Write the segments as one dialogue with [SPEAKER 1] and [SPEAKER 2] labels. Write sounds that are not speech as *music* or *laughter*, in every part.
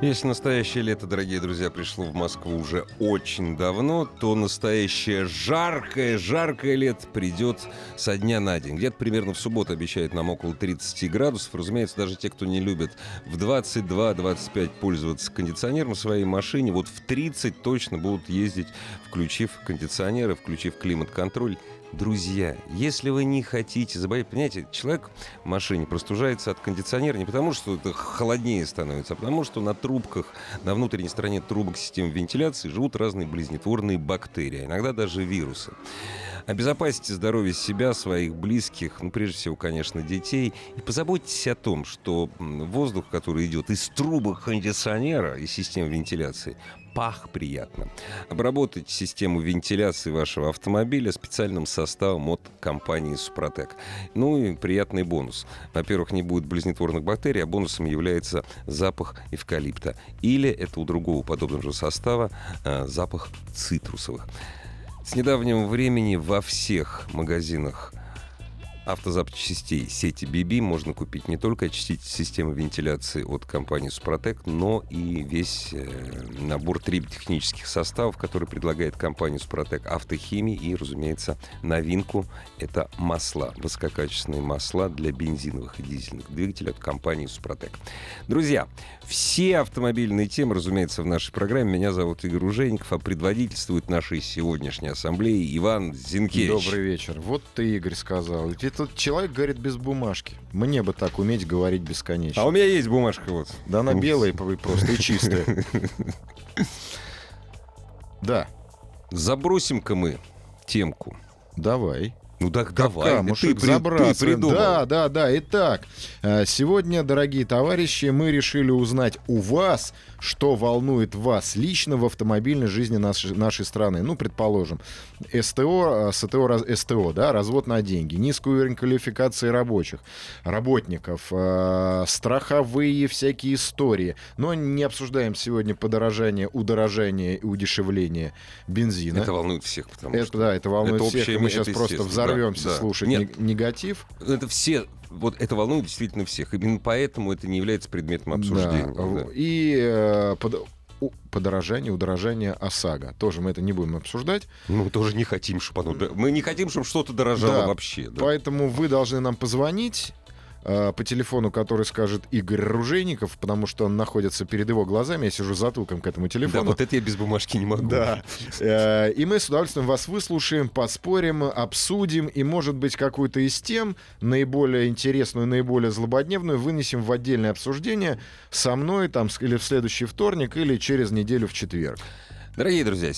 [SPEAKER 1] Если настоящее лето, дорогие друзья, пришло в Москву уже очень давно, то настоящее жаркое, жаркое лето придет со дня на день. Где-то примерно в субботу обещают нам около 30 градусов. Разумеется, даже те, кто не любит в 22-25 пользоваться кондиционером в своей машине, вот в 30 точно будут ездить, включив кондиционеры, включив климат-контроль. Друзья, если вы не хотите заболеть, понимаете, человек в машине простужается от кондиционера не потому, что это холоднее становится, а потому, что на трубках, на внутренней стороне трубок системы вентиляции живут разные близнетворные бактерии, а иногда даже вирусы. Обезопасьте здоровье себя, своих близких, ну, прежде всего, конечно, детей. И позаботьтесь о том, что м, воздух, который идет из трубок кондиционера и системы вентиляции, пах приятно. Обработайте систему вентиляции вашего автомобиля специальным составом от компании «Супротек». Ну и приятный бонус. Во-первых, не будет близнетворных бактерий, а бонусом является запах эвкалипта. Или это у другого подобного же состава э, запах цитрусовых. С недавнего времени во всех магазинах автозапчастей сети BB можно купить не только очиститель системы вентиляции от компании Супротек, но и весь э, набор технических составов, который предлагает компания Супротек автохимии и, разумеется, новинку — это масла, высококачественные масла для бензиновых и дизельных двигателей от компании Супротек. Друзья, все автомобильные темы, разумеется, в нашей программе. Меня зовут Игорь Ужеников, а предводительствует нашей сегодняшней ассамблее Иван Зинкевич.
[SPEAKER 2] Добрый вечер. Вот ты, Игорь, сказал. Ведь этот человек говорит без бумажки. Мне бы так уметь говорить бесконечно.
[SPEAKER 1] А у меня есть бумажка вот.
[SPEAKER 2] Да она белая пов- просто и чистая. Да,
[SPEAKER 1] Забросим-ка мы темку.
[SPEAKER 2] давай.
[SPEAKER 1] Ну так
[SPEAKER 2] Да,
[SPEAKER 1] давай, ты, при-
[SPEAKER 2] мужик,
[SPEAKER 1] ты
[SPEAKER 2] забрасываем.
[SPEAKER 1] придумал.
[SPEAKER 2] Да, да, да. Итак, э, сегодня, дорогие товарищи, мы решили узнать у вас, что волнует вас лично в автомобильной жизни нашей, нашей страны. Ну, предположим, СТО, э, СТО, раз- СТО, да, развод на деньги, низкий уровень квалификации рабочих, работников, э, страховые всякие истории. Но не обсуждаем сегодня подорожание, удорожание и удешевление бензина.
[SPEAKER 1] Это волнует всех, потому
[SPEAKER 2] Это,
[SPEAKER 1] что
[SPEAKER 2] да, это волнует
[SPEAKER 1] это
[SPEAKER 2] всех,
[SPEAKER 1] общая
[SPEAKER 2] и мы
[SPEAKER 1] мысль,
[SPEAKER 2] сейчас просто
[SPEAKER 1] естественно,
[SPEAKER 2] взорвемся
[SPEAKER 1] да, да.
[SPEAKER 2] слушать
[SPEAKER 1] Нет.
[SPEAKER 2] нег- негатив.
[SPEAKER 1] это все, вот это волнует действительно всех. Именно поэтому это не является предметом обсуждения.
[SPEAKER 2] Да.
[SPEAKER 1] да.
[SPEAKER 2] И э, под- у- подорожание, удорожание ОСАГО. Тоже мы это не будем обсуждать.
[SPEAKER 1] Ну, мы тоже не хотим, чтобы оно... дор- Мы не хотим, чтобы что-то дорожало
[SPEAKER 2] Да.
[SPEAKER 1] вообще. да.
[SPEAKER 2] Поэтому вы должны нам позвонить э, по телефону, который скажет Игорь Ружейников, потому что он находится перед его глазами. Я сижу затылком к
[SPEAKER 1] Да,
[SPEAKER 2] этому
[SPEAKER 1] ну,
[SPEAKER 2] телефону.
[SPEAKER 1] вот это я без бумажки не могу. *laughs*
[SPEAKER 2] Да. Э, И мы с удовольствием вас выслушаем, поспорим, обсудим и, может быть, какую-то из тем, наиболее интересную, наиболее злободневную, вынесем в отдельное обсуждение со мной там с- или в следующий вторник, или через неделю в четверг.
[SPEAKER 1] Дорогие друзья,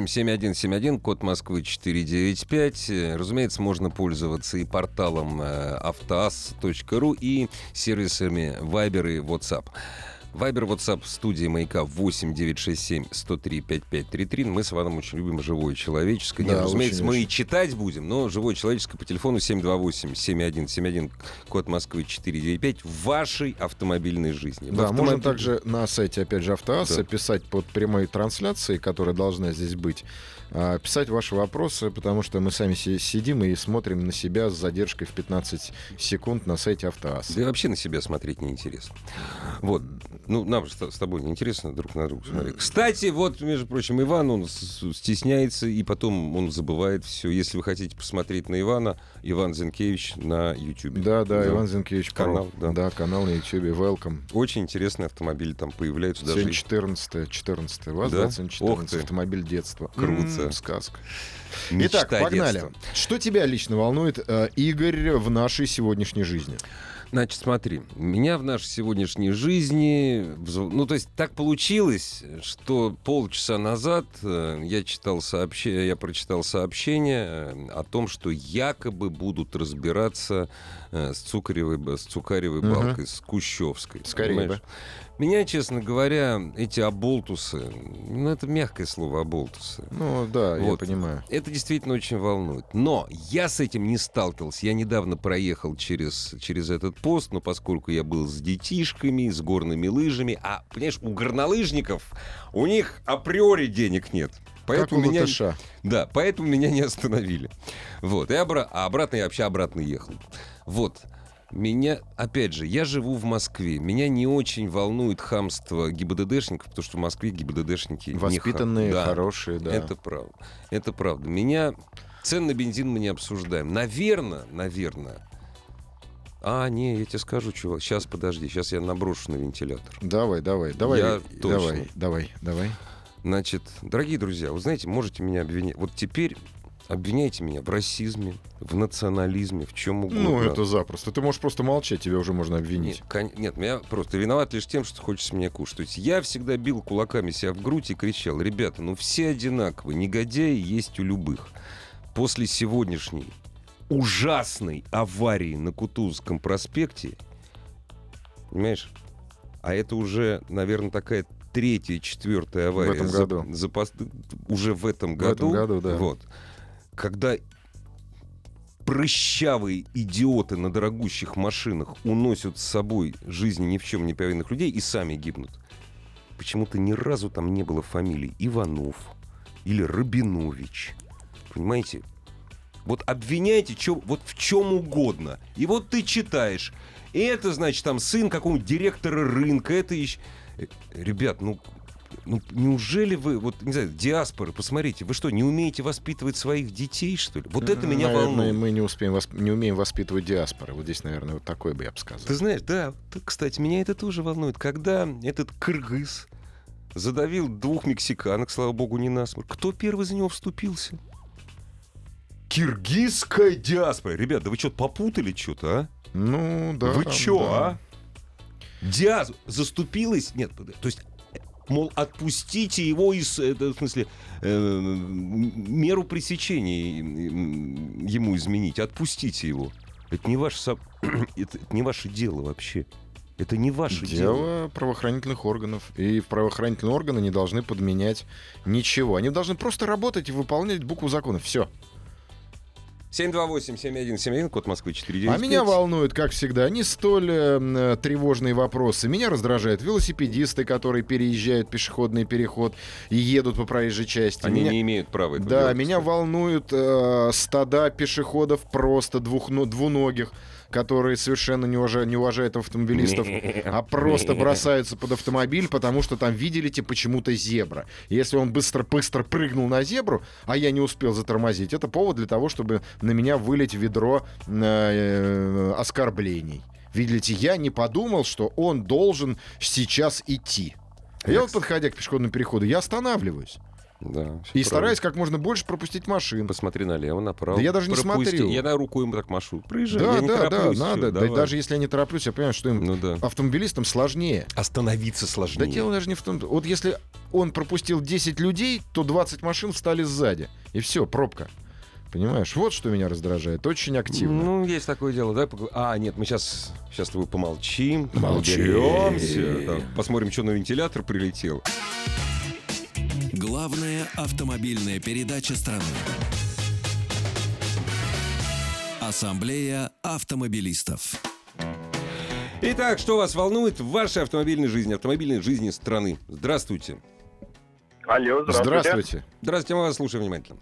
[SPEAKER 1] 728-7171, код Москвы 495. Э, Разумеется, можно пользоваться и порталом э, автоаз.ру и сервисами Viber и WhatsApp. Вайбер, WhatsApp, студии маяка 8967 103 5533. Мы с Иваном очень любим живое человеческое. Нет,
[SPEAKER 2] Да,
[SPEAKER 1] разумеется,
[SPEAKER 2] очень,
[SPEAKER 1] мы и
[SPEAKER 2] очень.
[SPEAKER 1] читать будем, но живое человеческое по телефону 728-7171, код Москвы 495 в вашей автомобильной жизни. В
[SPEAKER 2] Да, можно
[SPEAKER 1] автомобиле.
[SPEAKER 2] также на сайте, опять же, Автоаса
[SPEAKER 1] Да.
[SPEAKER 2] писать под прямой трансляцией, которая должна здесь быть, а, писать ваши вопросы, потому что мы сами си- сидим и смотрим на себя с задержкой в 15 секунд на сайте Автоаса.
[SPEAKER 1] Да и вообще на себя смотреть неинтересно. Вот. Ну, нам же с с тобой неинтересно друг на друга смотреть. Кстати, вот, между прочим, Иван, он с- стесняется, и потом он забывает все. Если вы хотите посмотреть на Ивана, Иван Зинкевич на YouTube.
[SPEAKER 2] Да, да, Иван Зинкевич Про.
[SPEAKER 1] Канал, да.
[SPEAKER 2] канал на Ютьюбе. Welcome.
[SPEAKER 1] Очень интересные автомобили там появляются. Даже...
[SPEAKER 2] Сегодня 14 14 вас,
[SPEAKER 1] Да?
[SPEAKER 2] да?
[SPEAKER 1] Ох
[SPEAKER 2] 14
[SPEAKER 1] ты.
[SPEAKER 2] автомобиль детства.
[SPEAKER 1] Круто.
[SPEAKER 2] М, сказка.
[SPEAKER 1] мечта
[SPEAKER 2] Итак, погнали.
[SPEAKER 1] детства.
[SPEAKER 2] Что тебя лично волнует, э, Игорь, в нашей сегодняшней жизни?
[SPEAKER 1] Значит, смотри, меня в нашей сегодняшней жизни... взв- Ну, то есть так получилось, что полчаса назад э, я, читал сообще... я прочитал сообщение э, о том, что якобы будут разбираться э, с Цукаревой, б- с Цукаревой
[SPEAKER 2] Мгм.
[SPEAKER 1] балкой, с Кущевской.
[SPEAKER 2] Скорее
[SPEAKER 1] понимаешь? Меня, честно говоря, эти оболтусы, ну это мягкое слово оболтусы,
[SPEAKER 2] Ну да,
[SPEAKER 1] Вот.
[SPEAKER 2] я понимаю.
[SPEAKER 1] это действительно очень волнует. Но я с этим не сталкивался. Я недавно проехал через, через этот пост, но поскольку я был с детишками, с горными лыжами, а, понимаешь, у горнолыжников, у них априори денег нет. Поэтому
[SPEAKER 2] как у
[SPEAKER 1] меня,
[SPEAKER 2] латыша.
[SPEAKER 1] да, поэтому меня не остановили. Вот, и обра- а обратно я вообще обратно ехал. Вот. Меня, опять же, я живу в Москве. Меня не очень волнует хамство ГИБДДшников, потому что в Москве ГИБДДшники не хам-
[SPEAKER 2] Воспитанные,
[SPEAKER 1] Да.
[SPEAKER 2] хорошие, да.
[SPEAKER 1] Это правда. Это правда. Меня... Цен на бензин мы не обсуждаем. Наверное, наверное... А, не, я тебе скажу, чувак. Сейчас, подожди. Сейчас я наброшу на вентилятор.
[SPEAKER 2] Давай, давай, давай,
[SPEAKER 1] Я
[SPEAKER 2] давай,
[SPEAKER 1] точно.
[SPEAKER 2] давай, давай.
[SPEAKER 1] Значит, дорогие друзья, вы знаете, можете меня обвинять. Вот теперь обвиняйте меня в расизме, в национализме, в чем угодно.
[SPEAKER 2] Ну, это запросто. Ты можешь просто молчать, тебя уже можно
[SPEAKER 1] Нет,
[SPEAKER 2] обвинить.
[SPEAKER 1] кон- нет, я просто виноват лишь тем, что хочется меня кушать. То есть я всегда бил кулаками себя в грудь и кричал, ребята, ну все одинаковые, негодяи есть у любых. После сегодняшней ужасной аварии на Кутузовском проспекте, понимаешь, а это уже, наверное, такая третья, четвертая авария.
[SPEAKER 2] этом
[SPEAKER 1] за-
[SPEAKER 2] году.
[SPEAKER 1] за пос- уже в этом
[SPEAKER 2] В
[SPEAKER 1] году.
[SPEAKER 2] этом году, да.
[SPEAKER 1] Вот. Когда прыщавые идиоты на дорогущих машинах уносят с собой жизни ни в чем не повинных людей и сами гибнут. Почему-то ни разу там не было фамилий Иванов или Рабинович. Понимаете? Вот обвиняйте чё- вот в чем угодно. И вот ты читаешь. И это, значит, там сын какого-нибудь директора рынка. Это еще... Ребят, ну, ну, неужели вы, вот, не знаю, диаспоры, посмотрите, вы что, не умеете воспитывать своих детей, что ли? Вот это меня
[SPEAKER 2] Наверное,
[SPEAKER 1] волнует.
[SPEAKER 2] Мы не, успеем восп- не умеем воспитывать диаспоры. Вот здесь, наверное, вот такое бы я бы сказал.
[SPEAKER 1] Ты знаешь, да, т- кстати, меня это тоже волнует. Когда этот кыргыз задавил двух мексиканок, слава богу, не насморк, кто первый за него вступился? Киргизская диаспора. Ребят, да вы что-то попутали что-то, а?
[SPEAKER 2] Ну, да.
[SPEAKER 1] Вы чё,
[SPEAKER 2] да.
[SPEAKER 1] а? Диаз заступилась? Нет, под- то есть, э, мол, отпустите его из, э, да, в смысле, э, м- меру пресечения м, ему изменить, отпустите его. Это не ваше, со- *clears throat* это, это не ваше дело вообще. Это не ваше дело.
[SPEAKER 2] Дело правоохранительных органов. И правоохранительные органы не должны подменять ничего. Они должны просто работать и выполнять букву закона. Все.
[SPEAKER 1] 728-7171, код Москвы 495.
[SPEAKER 2] А меня волнуют, как всегда, не столь э, м, э, тревожные вопросы. Меня раздражают велосипедисты, которые переезжают пешеходный переход и едут по проезжей части.
[SPEAKER 1] Они
[SPEAKER 2] Меня-
[SPEAKER 1] не имеют права этого
[SPEAKER 2] Да,
[SPEAKER 1] делать,
[SPEAKER 2] меня
[SPEAKER 1] кстати.
[SPEAKER 2] волнуют э, стада пешеходов просто двухно- двуногих, которые совершенно не, уважа- не уважают автомобилистов, а просто бросаются под автомобиль, потому что там видели те почему-то зебра. Если он быстро-быстро прыгнул на зебру, а я не успел затормозить, это повод для того, чтобы на меня вылить ведро э, оскорблений. Видите, я не подумал, что он должен сейчас идти. Я вот, подходя к пешеходному переходу, я останавливаюсь.
[SPEAKER 1] Да, всё
[SPEAKER 2] И
[SPEAKER 1] правильно.
[SPEAKER 2] стараюсь как можно больше пропустить машин.
[SPEAKER 1] Посмотри налево, направо.
[SPEAKER 2] Да я даже не
[SPEAKER 1] Пропусти.
[SPEAKER 2] смотрю.
[SPEAKER 1] Я на руку им так машу. Проезжай,
[SPEAKER 2] Да,
[SPEAKER 1] я не
[SPEAKER 2] да, да,
[SPEAKER 1] тороплюсь, всё,
[SPEAKER 2] надо. Да и
[SPEAKER 1] давай.
[SPEAKER 2] даже если я не тороплюсь, я понимаю, что им
[SPEAKER 1] Ну да.
[SPEAKER 2] автомобилистам сложнее.
[SPEAKER 1] Остановиться
[SPEAKER 2] Да
[SPEAKER 1] сложнее.
[SPEAKER 2] дело даже не в том. Вот если он пропустил 10 людей, то 20 машин встали сзади. И все, пробка. Понимаешь? Вот что меня раздражает. Очень активно.
[SPEAKER 1] Ну, есть такое дело. Давай поговор- А, нет, мы сейчас, сейчас с тобой помолчим.
[SPEAKER 2] Молчим.
[SPEAKER 1] уберемся, там, посмотрим, что на вентилятор прилетел.
[SPEAKER 3] Главная автомобильная передача страны. Ассамблея автомобилистов.
[SPEAKER 1] Итак, что вас волнует в вашей автомобильной жизни, автомобильной жизни страны? Здравствуйте.
[SPEAKER 4] Алло, здравствуйте.
[SPEAKER 2] Здравствуйте.
[SPEAKER 1] Здравствуйте, мы вас слушаем внимательно.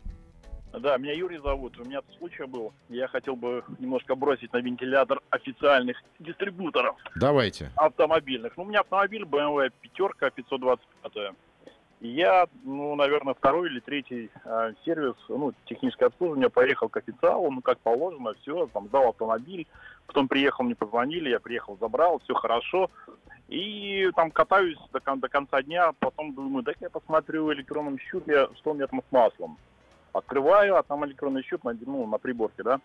[SPEAKER 4] Да, меня Юрий зовут. У меня тут случай был. Я хотел бы немножко бросить на вентилятор официальных дистрибьюторов
[SPEAKER 2] Давайте.
[SPEAKER 4] автомобильных. Ну, у меня автомобиль BMW пятерка 525. И Я, ну, наверное, второй или третий э, сервис, ну, техническое обслуживание, поехал к официалу, ну, как положено, все, там, сдал автомобиль, потом приехал, мне позвонили, я приехал, забрал, все хорошо. И там катаюсь до, кон- до конца дня, а потом думаю, дай-ка я посмотрю в электронном щупе, что у меня там с маслом. Открываю, а там электронный щуп на, ну, на приборке, да.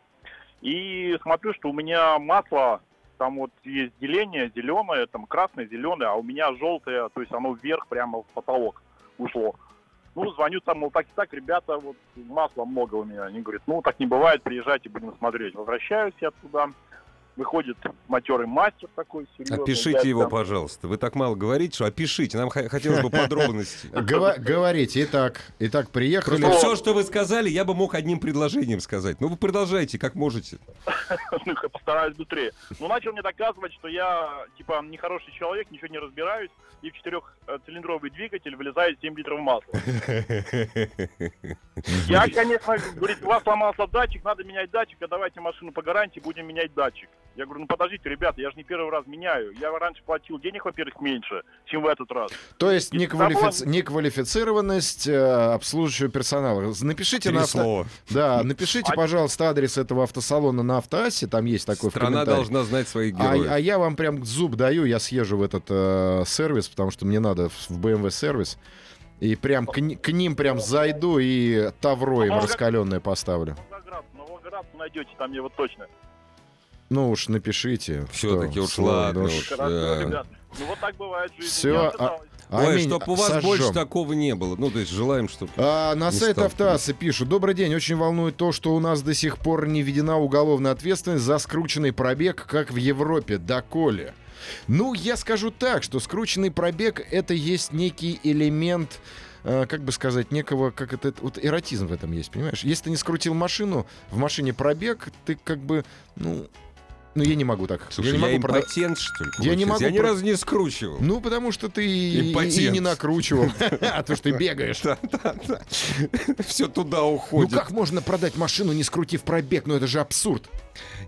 [SPEAKER 4] И смотрю, что у меня масло, там вот есть деление зеленое, там красное, зеленое, а у меня желтое, то есть оно вверх прямо в потолок ушло. Ну, звоню там, мол, так и так, ребята, вот масла много у меня. Они говорят, ну, так не бывает, приезжайте, будем смотреть. Возвращаюсь я туда, выходит матерый мастер такой серьезный.
[SPEAKER 1] Опишите
[SPEAKER 4] дядька.
[SPEAKER 1] его, пожалуйста. Вы так мало говорите, что опишите. Нам х- хотелось бы
[SPEAKER 2] *laughs*
[SPEAKER 1] подробностей.
[SPEAKER 2] Гова- говорите, итак, итак, приехали.
[SPEAKER 1] Просто все, что вы сказали, я бы мог одним предложением сказать. Ну, вы продолжайте, как можете.
[SPEAKER 4] Ну, я постараюсь быстрее. Ну, начал мне доказывать, что я, типа, нехороший человек, ничего не разбираюсь, и в четырехцилиндровый двигатель влезает 7 литров масла. Я, конечно, говорит, у вас сломался датчик, надо менять датчик, а давайте машину по гарантии, будем менять датчик. Я говорю, ну подождите, ребята, я же не первый раз меняю. Я раньше платил денег, во-первых, меньше, чем в этот раз.
[SPEAKER 2] То есть
[SPEAKER 4] И
[SPEAKER 2] неквалифици-
[SPEAKER 4] свободно.
[SPEAKER 2] неквалифицированность э, обслуживающего персонала. З- Напишите
[SPEAKER 1] Три
[SPEAKER 2] на авто-
[SPEAKER 1] слова.
[SPEAKER 2] Да, напишите,
[SPEAKER 4] А-
[SPEAKER 2] пожалуйста, адрес этого автосалона на автоассе, там есть такой в
[SPEAKER 1] Страна
[SPEAKER 2] комментариях.
[SPEAKER 1] должна знать своих
[SPEAKER 2] А, а
[SPEAKER 1] героев.
[SPEAKER 2] я вам прям зуб даю, я съезжу в этот э, сервис, потому что мне надо в BMW сервис. И прям к, ни- к ним прям зайду и тавро им
[SPEAKER 4] Много-
[SPEAKER 2] раскаленное поставлю.
[SPEAKER 4] Волгоград, но Волгоград вы найдете, там его точно.
[SPEAKER 2] Ну уж напишите.
[SPEAKER 1] Всё-таки
[SPEAKER 2] что
[SPEAKER 1] уж
[SPEAKER 2] сложно,
[SPEAKER 1] ладно
[SPEAKER 2] уж.
[SPEAKER 1] уж.
[SPEAKER 4] Хорошо,
[SPEAKER 1] Да.
[SPEAKER 4] ребят. Ну вот так бывает в жизни.
[SPEAKER 2] э, Всё,
[SPEAKER 4] Я
[SPEAKER 2] а-
[SPEAKER 4] пыталась.
[SPEAKER 1] Ой,
[SPEAKER 2] Аминь,
[SPEAKER 1] чтоб у вас
[SPEAKER 2] сожжём.
[SPEAKER 1] больше такого не было. Ну, то есть желаем, чтобы...
[SPEAKER 2] А,
[SPEAKER 1] Не
[SPEAKER 2] на сайт
[SPEAKER 1] стал.
[SPEAKER 2] Автоаса пишут. Добрый день. Очень волнует то, что у нас до сих пор не введена уголовная ответственность за скрученный пробег, как в Европе. Доколе? Ну, я скажу так, что скрученный пробег — это есть некий элемент э, как бы сказать, некого, как это, вот эротизм в этом есть, понимаешь? Если ты не скрутил машину, в машине пробег, ты как бы, ну, ну я не могу так.
[SPEAKER 1] Слушай,
[SPEAKER 2] не
[SPEAKER 1] я,
[SPEAKER 2] могу прода-
[SPEAKER 1] импотент, что ли,
[SPEAKER 2] Я не
[SPEAKER 1] получается?
[SPEAKER 2] могу
[SPEAKER 1] Я ни
[SPEAKER 2] про-
[SPEAKER 1] разу не скручивал. *laughs*
[SPEAKER 2] Ну, потому что ты и, и
[SPEAKER 1] Импотент.
[SPEAKER 2] не накручивал, *laughs* а то, что ты бегаешь.
[SPEAKER 1] *laughs* Все туда
[SPEAKER 2] Ну
[SPEAKER 1] уходит.
[SPEAKER 2] как можно продать машину, не скрутив пробег? Ну это же абсурд.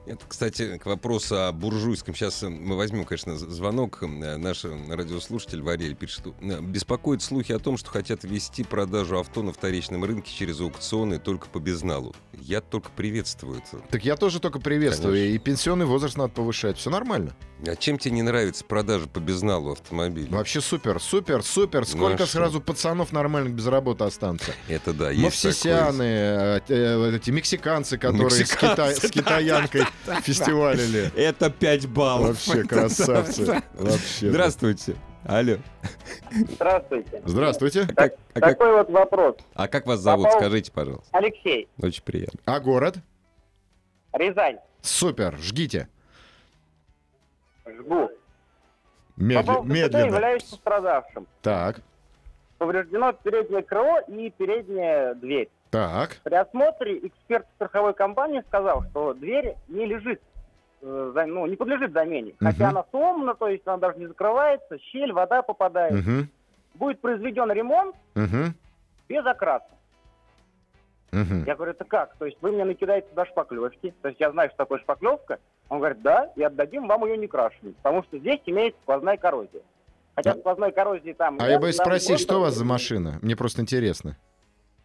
[SPEAKER 1] Это, кстати, к вопросу о буржуйском. Сейчас э, мы возьмем, конечно, з- звонок. М, э, Наш э, радиослушатель Варель пишет, что э, беспокоит слухи о том, что хотят ввести продажу авто на вторичном рынке через аукционы только по безналу. Я только приветствую это.
[SPEAKER 2] Так я тоже только приветствую.
[SPEAKER 1] Конечно.
[SPEAKER 2] И пенсионный возраст надо повышать. Все нормально.
[SPEAKER 1] А чем тебе не нравится продажа по безналу автомобиля?
[SPEAKER 2] Вообще супер, супер, супер.
[SPEAKER 1] Ну, а
[SPEAKER 2] Сколько
[SPEAKER 1] что?
[SPEAKER 2] сразу пацанов нормальных без работы останутся?
[SPEAKER 1] Это да, есть
[SPEAKER 2] Мавсисяны, э, э, эти мексиканцы, которые с, кита- с китаянкой фестивалили.
[SPEAKER 1] такое. Это 5 баллов.
[SPEAKER 2] Вообще
[SPEAKER 1] Это да,
[SPEAKER 2] красавцы.
[SPEAKER 1] да.
[SPEAKER 2] Вообще.
[SPEAKER 1] Здравствуйте. Алло.
[SPEAKER 5] Здравствуйте.
[SPEAKER 2] Здравствуйте.
[SPEAKER 1] А как, а как-
[SPEAKER 5] Такой вот вопрос.
[SPEAKER 1] а как вас зовут?
[SPEAKER 5] Попал.
[SPEAKER 1] Скажите, пожалуйста.
[SPEAKER 5] Алексей,
[SPEAKER 1] Очень приятно.
[SPEAKER 2] А город?
[SPEAKER 5] Рязань,
[SPEAKER 2] Супер, жгите.
[SPEAKER 5] жгу.
[SPEAKER 2] Медли-
[SPEAKER 5] Попал в ДТП,
[SPEAKER 2] медленно.
[SPEAKER 5] являюсь пострадавшим.
[SPEAKER 2] Так,
[SPEAKER 5] Повреждено переднее крыло и передняя дверь.
[SPEAKER 2] так.
[SPEAKER 5] При осмотре эксперт страховой компании сказал, что дверь не лежит, э, за- ну, не подлежит замене. Хотя
[SPEAKER 2] Мгм.
[SPEAKER 5] она сломана, то есть она даже не закрывается, щель, вода попадает.
[SPEAKER 2] Мгм,
[SPEAKER 5] Будет произведен ремонт
[SPEAKER 2] мгм,
[SPEAKER 5] без окраса.
[SPEAKER 2] мгм.
[SPEAKER 5] Я говорю, это как? То есть вы мне накидаете туда шпаклевки. То есть я знаю, что такое шпаклевка. Он говорит, да, и отдадим вам ее не крашеной, потому что здесь имеется сквозная коррозия. Хотя
[SPEAKER 2] А-
[SPEAKER 5] сквозной коррозии там...
[SPEAKER 2] А
[SPEAKER 5] нет,
[SPEAKER 2] я боюсь
[SPEAKER 5] там
[SPEAKER 2] спросить,
[SPEAKER 5] можно-
[SPEAKER 2] что у вас за машина? Мне просто интересно.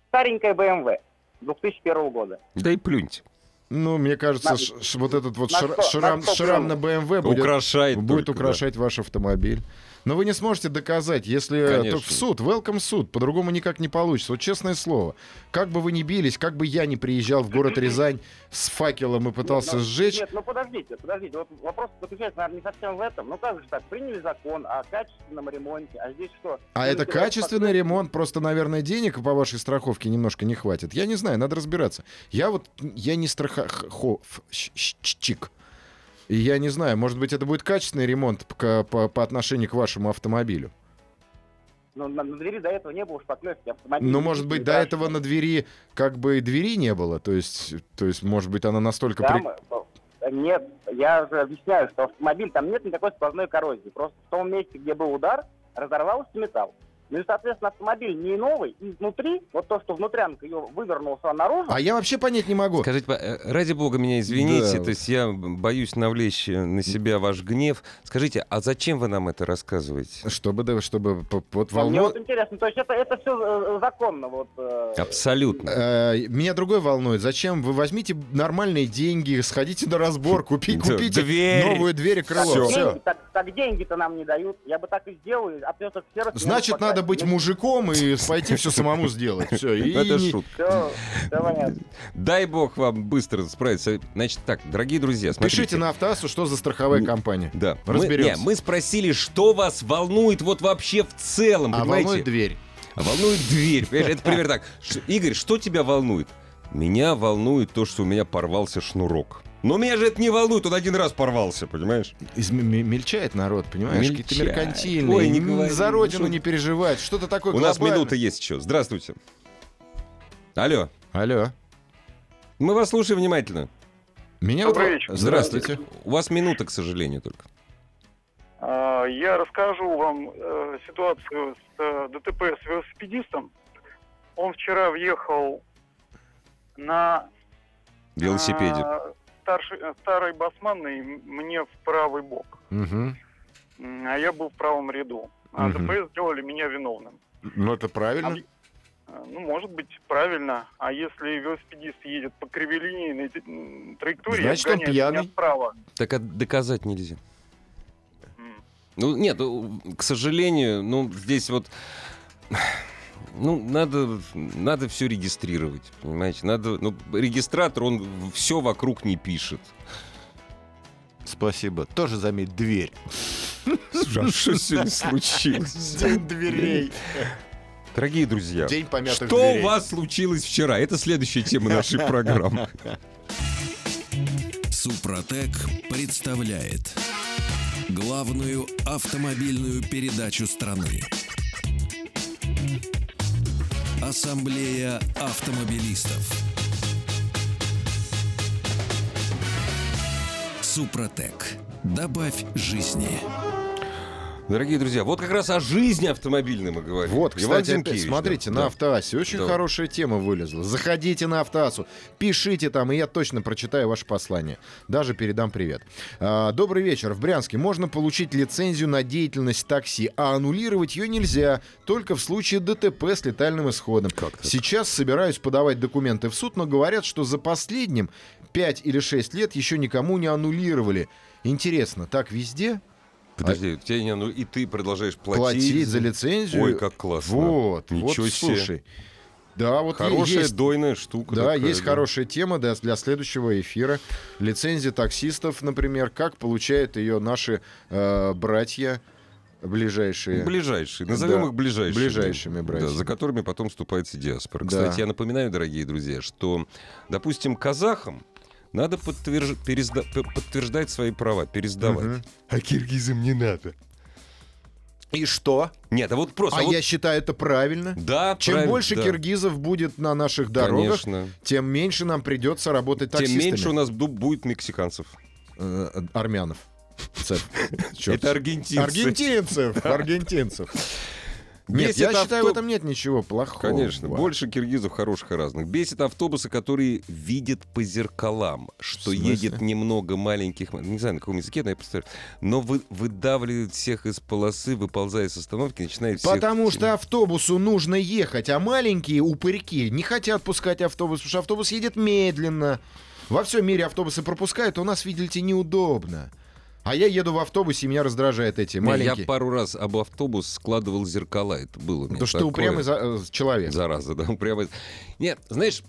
[SPEAKER 5] Старенькая BMW 2001 года.
[SPEAKER 1] Да и плюньте.
[SPEAKER 2] Ну, мне кажется,
[SPEAKER 5] На-
[SPEAKER 2] ш- ш- вот этот вот
[SPEAKER 5] на
[SPEAKER 2] шра-
[SPEAKER 5] сто-
[SPEAKER 2] шрам,
[SPEAKER 5] на сто
[SPEAKER 2] шрам
[SPEAKER 5] грамм.
[SPEAKER 2] на BMW будет,
[SPEAKER 1] украшает.
[SPEAKER 2] будет
[SPEAKER 1] только,
[SPEAKER 2] украшать ваш автомобиль. Но вы не сможете доказать, если э,
[SPEAKER 1] Конечно.
[SPEAKER 2] только в суд, welcome в суд, по-другому никак не получится. Вот честное слово, как бы вы ни бились, как бы я ни приезжал в город Рязань с факелом и пытался
[SPEAKER 5] Нет, ну,
[SPEAKER 2] сжечь,
[SPEAKER 5] Нет, ну подождите, подождите. Вот вопрос заключается, наверное, не совсем в этом. Ну как же так, приняли закон о качественном ремонте, а здесь что?
[SPEAKER 2] а
[SPEAKER 5] Ну,
[SPEAKER 2] это
[SPEAKER 5] сделать
[SPEAKER 2] качественный
[SPEAKER 5] шпаклевку.
[SPEAKER 2] ремонт, просто, наверное, денег по вашей страховке немножко не хватит. Я не знаю, надо разбираться. Я вот, я не страховщик. И я не знаю, может быть, это будет качественный ремонт к- по- по отношению к вашему автомобилю.
[SPEAKER 5] Ну, на, на двери до этого не было шпаклевки. автомобиль
[SPEAKER 2] Ну,
[SPEAKER 5] не
[SPEAKER 2] может быть, до
[SPEAKER 5] крашен.
[SPEAKER 2] этого на двери как бы и двери не было. То есть, то есть может быть, она настолько... при-
[SPEAKER 5] Там, э, Нет, я же объясняю, что автомобиль, там нет никакой сквозной коррозии. Просто в том месте, где был удар, разорвался металл. Ну и, соответственно, автомобиль не новый, изнутри, вот то, что внутрянка ее вывернулся наружу,
[SPEAKER 2] А я вообще понять не могу.
[SPEAKER 1] Скажите, па- э, ради бога меня извините,
[SPEAKER 2] Да.
[SPEAKER 1] то есть я боюсь навлечь э, на себя ваш гнев. Скажите, а зачем вы нам это рассказываете?
[SPEAKER 2] Чтобы, да, чтобы п- вот
[SPEAKER 5] а мне
[SPEAKER 2] волну...
[SPEAKER 5] вот интересно, то есть это, это все законно, вот... э,
[SPEAKER 1] Абсолютно.
[SPEAKER 2] Э, Меня другой волнует. Зачем? Вы возьмите нормальные деньги, сходите
[SPEAKER 1] *laughs*
[SPEAKER 2] на разбор, купи,
[SPEAKER 1] Да,
[SPEAKER 2] купите
[SPEAKER 1] дверь.
[SPEAKER 2] новую дверь и
[SPEAKER 5] так
[SPEAKER 2] крыло.
[SPEAKER 5] деньги-
[SPEAKER 2] Все.
[SPEAKER 5] Так, так деньги-то нам не дают, я бы так и сделал, а то это все...
[SPEAKER 2] Значит, надо быть мужиком и пойти все самому сделать. Все. И
[SPEAKER 1] *laughs* Это
[SPEAKER 2] не-
[SPEAKER 1] шутка.
[SPEAKER 5] Все, Ну, понятно.
[SPEAKER 1] Дай бог вам быстро справиться. Значит так, дорогие друзья, смотрите.
[SPEAKER 2] Пишите на автоассу, что за страховая
[SPEAKER 1] Не-
[SPEAKER 2] компания.
[SPEAKER 1] Да. Мы-
[SPEAKER 2] Разберёмся.
[SPEAKER 1] не, Мы, спросили, что вас волнует вот вообще в целом,
[SPEAKER 2] А
[SPEAKER 1] понимаете?
[SPEAKER 2] волнует дверь.
[SPEAKER 1] А волнует дверь. понимаешь? Это примерно так. Ш- Игорь, что тебя волнует? Меня волнует то, что у меня порвался шнурок. Но меня же это не волнует, он один раз порвался, понимаешь?
[SPEAKER 2] Из- м- м- мельчает народ, понимаешь?
[SPEAKER 1] Мельчает.
[SPEAKER 2] Какие-то меркантильные.
[SPEAKER 1] Ой, не
[SPEAKER 2] М,
[SPEAKER 1] говори,
[SPEAKER 2] За
[SPEAKER 1] ну
[SPEAKER 2] родину
[SPEAKER 1] что
[SPEAKER 2] не
[SPEAKER 1] ты.
[SPEAKER 2] переживать. Что-то такое
[SPEAKER 1] У нас
[SPEAKER 2] глобальное.
[SPEAKER 1] минута есть еще. Здравствуйте. Алло,
[SPEAKER 2] Алло.
[SPEAKER 1] мы вас слушаем внимательно.
[SPEAKER 2] Меня
[SPEAKER 4] Добрый
[SPEAKER 2] вот-
[SPEAKER 4] вечер.
[SPEAKER 2] Здравствуйте.
[SPEAKER 1] У вас минута, к сожалению, только.
[SPEAKER 4] А, Я расскажу вам э, ситуацию с э, ДТП с велосипедистом. Он вчера въехал на
[SPEAKER 1] В велосипеде.
[SPEAKER 4] а, старший- э, старой басманной мне в правый бок.
[SPEAKER 2] Мгм.
[SPEAKER 4] М, А я был в правом ряду. А
[SPEAKER 2] Мгм.
[SPEAKER 4] ДТП сделали меня виновным.
[SPEAKER 2] Ну, это правильно.
[SPEAKER 4] Э, Ну, может быть, правильно. А если велосипедист едет по криволинейной т- м, траектории,
[SPEAKER 2] Значит, он
[SPEAKER 4] обгоняет
[SPEAKER 2] пьяный.
[SPEAKER 4] меня справа.
[SPEAKER 1] Так а доказать нельзя.
[SPEAKER 4] М.
[SPEAKER 1] Ну, нет, ну, к сожалению, ну, здесь вот... Ну, надо, надо все регистрировать, понимаете? Надо, ну, регистратор, он все вокруг не пишет.
[SPEAKER 6] Спасибо. Тоже заметь дверь.
[SPEAKER 2] а
[SPEAKER 1] Что сегодня случилось?
[SPEAKER 2] День дверей.
[SPEAKER 1] Дорогие друзья,
[SPEAKER 2] День помятых
[SPEAKER 1] что
[SPEAKER 2] дверей.
[SPEAKER 1] у вас случилось вчера? Это следующая тема нашей программы.
[SPEAKER 3] Супротек представляет главную автомобильную передачу страны. Ассамблея автомобилистов. Супротек. Добавь жизни.
[SPEAKER 1] Дорогие друзья, вот как раз о жизни автомобильной мы говорим.
[SPEAKER 2] Вот,
[SPEAKER 1] Иван
[SPEAKER 2] кстати, опять
[SPEAKER 1] Зинкевич,
[SPEAKER 2] смотрите,
[SPEAKER 1] да,
[SPEAKER 2] на
[SPEAKER 1] да.
[SPEAKER 2] Автоассе очень
[SPEAKER 1] Да.
[SPEAKER 2] хорошая тема вылезла. Заходите на Автоассу, пишите там, и я точно прочитаю ваше послание. Даже передам привет. А, добрый вечер. В Брянске можно получить лицензию на деятельность такси, а аннулировать ее нельзя, только в случае ДТП с летальным исходом. Сейчас собираюсь подавать документы в суд, но говорят, что за последним 5 или 6 лет еще никому не аннулировали. Интересно, так везде?
[SPEAKER 1] Подожди, у тебя не- ну и ты продолжаешь платить.
[SPEAKER 2] платить, за лицензию.
[SPEAKER 1] Ой, как классно.
[SPEAKER 2] Вот,
[SPEAKER 1] Ничего
[SPEAKER 2] вот,
[SPEAKER 1] себе.
[SPEAKER 2] слушай. Да, вот е-
[SPEAKER 1] Хорошая
[SPEAKER 2] есть,
[SPEAKER 1] дойная штука.
[SPEAKER 2] да,
[SPEAKER 1] такая,
[SPEAKER 2] есть хорошая тема для, для следующего эфира. Лицензия таксистов, например, как получают ее наши э, братья ближайшие.
[SPEAKER 1] Ближайшие. Назовем
[SPEAKER 2] Да,
[SPEAKER 1] их ближайшими.
[SPEAKER 2] ближайшими братьями.
[SPEAKER 1] Да, за которыми потом вступается диаспора.
[SPEAKER 2] Да.
[SPEAKER 1] Кстати, я напоминаю, дорогие друзья, что, допустим, казахам надо подтверж- перезда- п- подтверждать свои права, пересдавать.
[SPEAKER 2] Мгм.
[SPEAKER 1] А киргизам не надо.
[SPEAKER 2] И что?
[SPEAKER 1] Нет, а вот
[SPEAKER 2] А,
[SPEAKER 1] просто... а вот-
[SPEAKER 2] я считаю это правильно.
[SPEAKER 1] Да,
[SPEAKER 2] Чем
[SPEAKER 1] правильно,
[SPEAKER 2] больше
[SPEAKER 1] да.
[SPEAKER 2] киргизов будет на наших дорогах,
[SPEAKER 1] Конечно.
[SPEAKER 2] тем меньше нам придется работать таксистами.
[SPEAKER 1] Тем меньше у нас ду- будет мексиканцев.
[SPEAKER 2] Э, э, армянов. Цеп. Чёрт.
[SPEAKER 1] *laughs* Это аргентинцы.
[SPEAKER 2] Аргентинцев. Аргентинцев. Нет,
[SPEAKER 1] Бесит
[SPEAKER 2] я
[SPEAKER 1] авто-
[SPEAKER 2] считаю, в этом нет ничего плохого.
[SPEAKER 1] Конечно, больше киргизов хороших и разных. Бесит автобусы, которые видят по зеркалам, что
[SPEAKER 2] В смысле?
[SPEAKER 1] едет немного маленьких, м- не знаю на каком языке, но я представляю, но вы, выдавливает всех из полосы, выползая с остановки, начинает всех...
[SPEAKER 2] Потому что автобусу нужно ехать, а маленькие упырьки не хотят пускать автобус, потому что автобус едет медленно. Во всем мире автобусы пропускают, а у нас, видите, неудобно. А я еду в автобусе, и меня раздражают эти
[SPEAKER 1] Не, Я
[SPEAKER 2] маленькие.
[SPEAKER 1] пару раз об автобус складывал зеркала, это было. у меня
[SPEAKER 2] Да что
[SPEAKER 1] такое.
[SPEAKER 2] упрямый за- э, человек.
[SPEAKER 1] Зараза, да, упрямый. Нет, знаешь,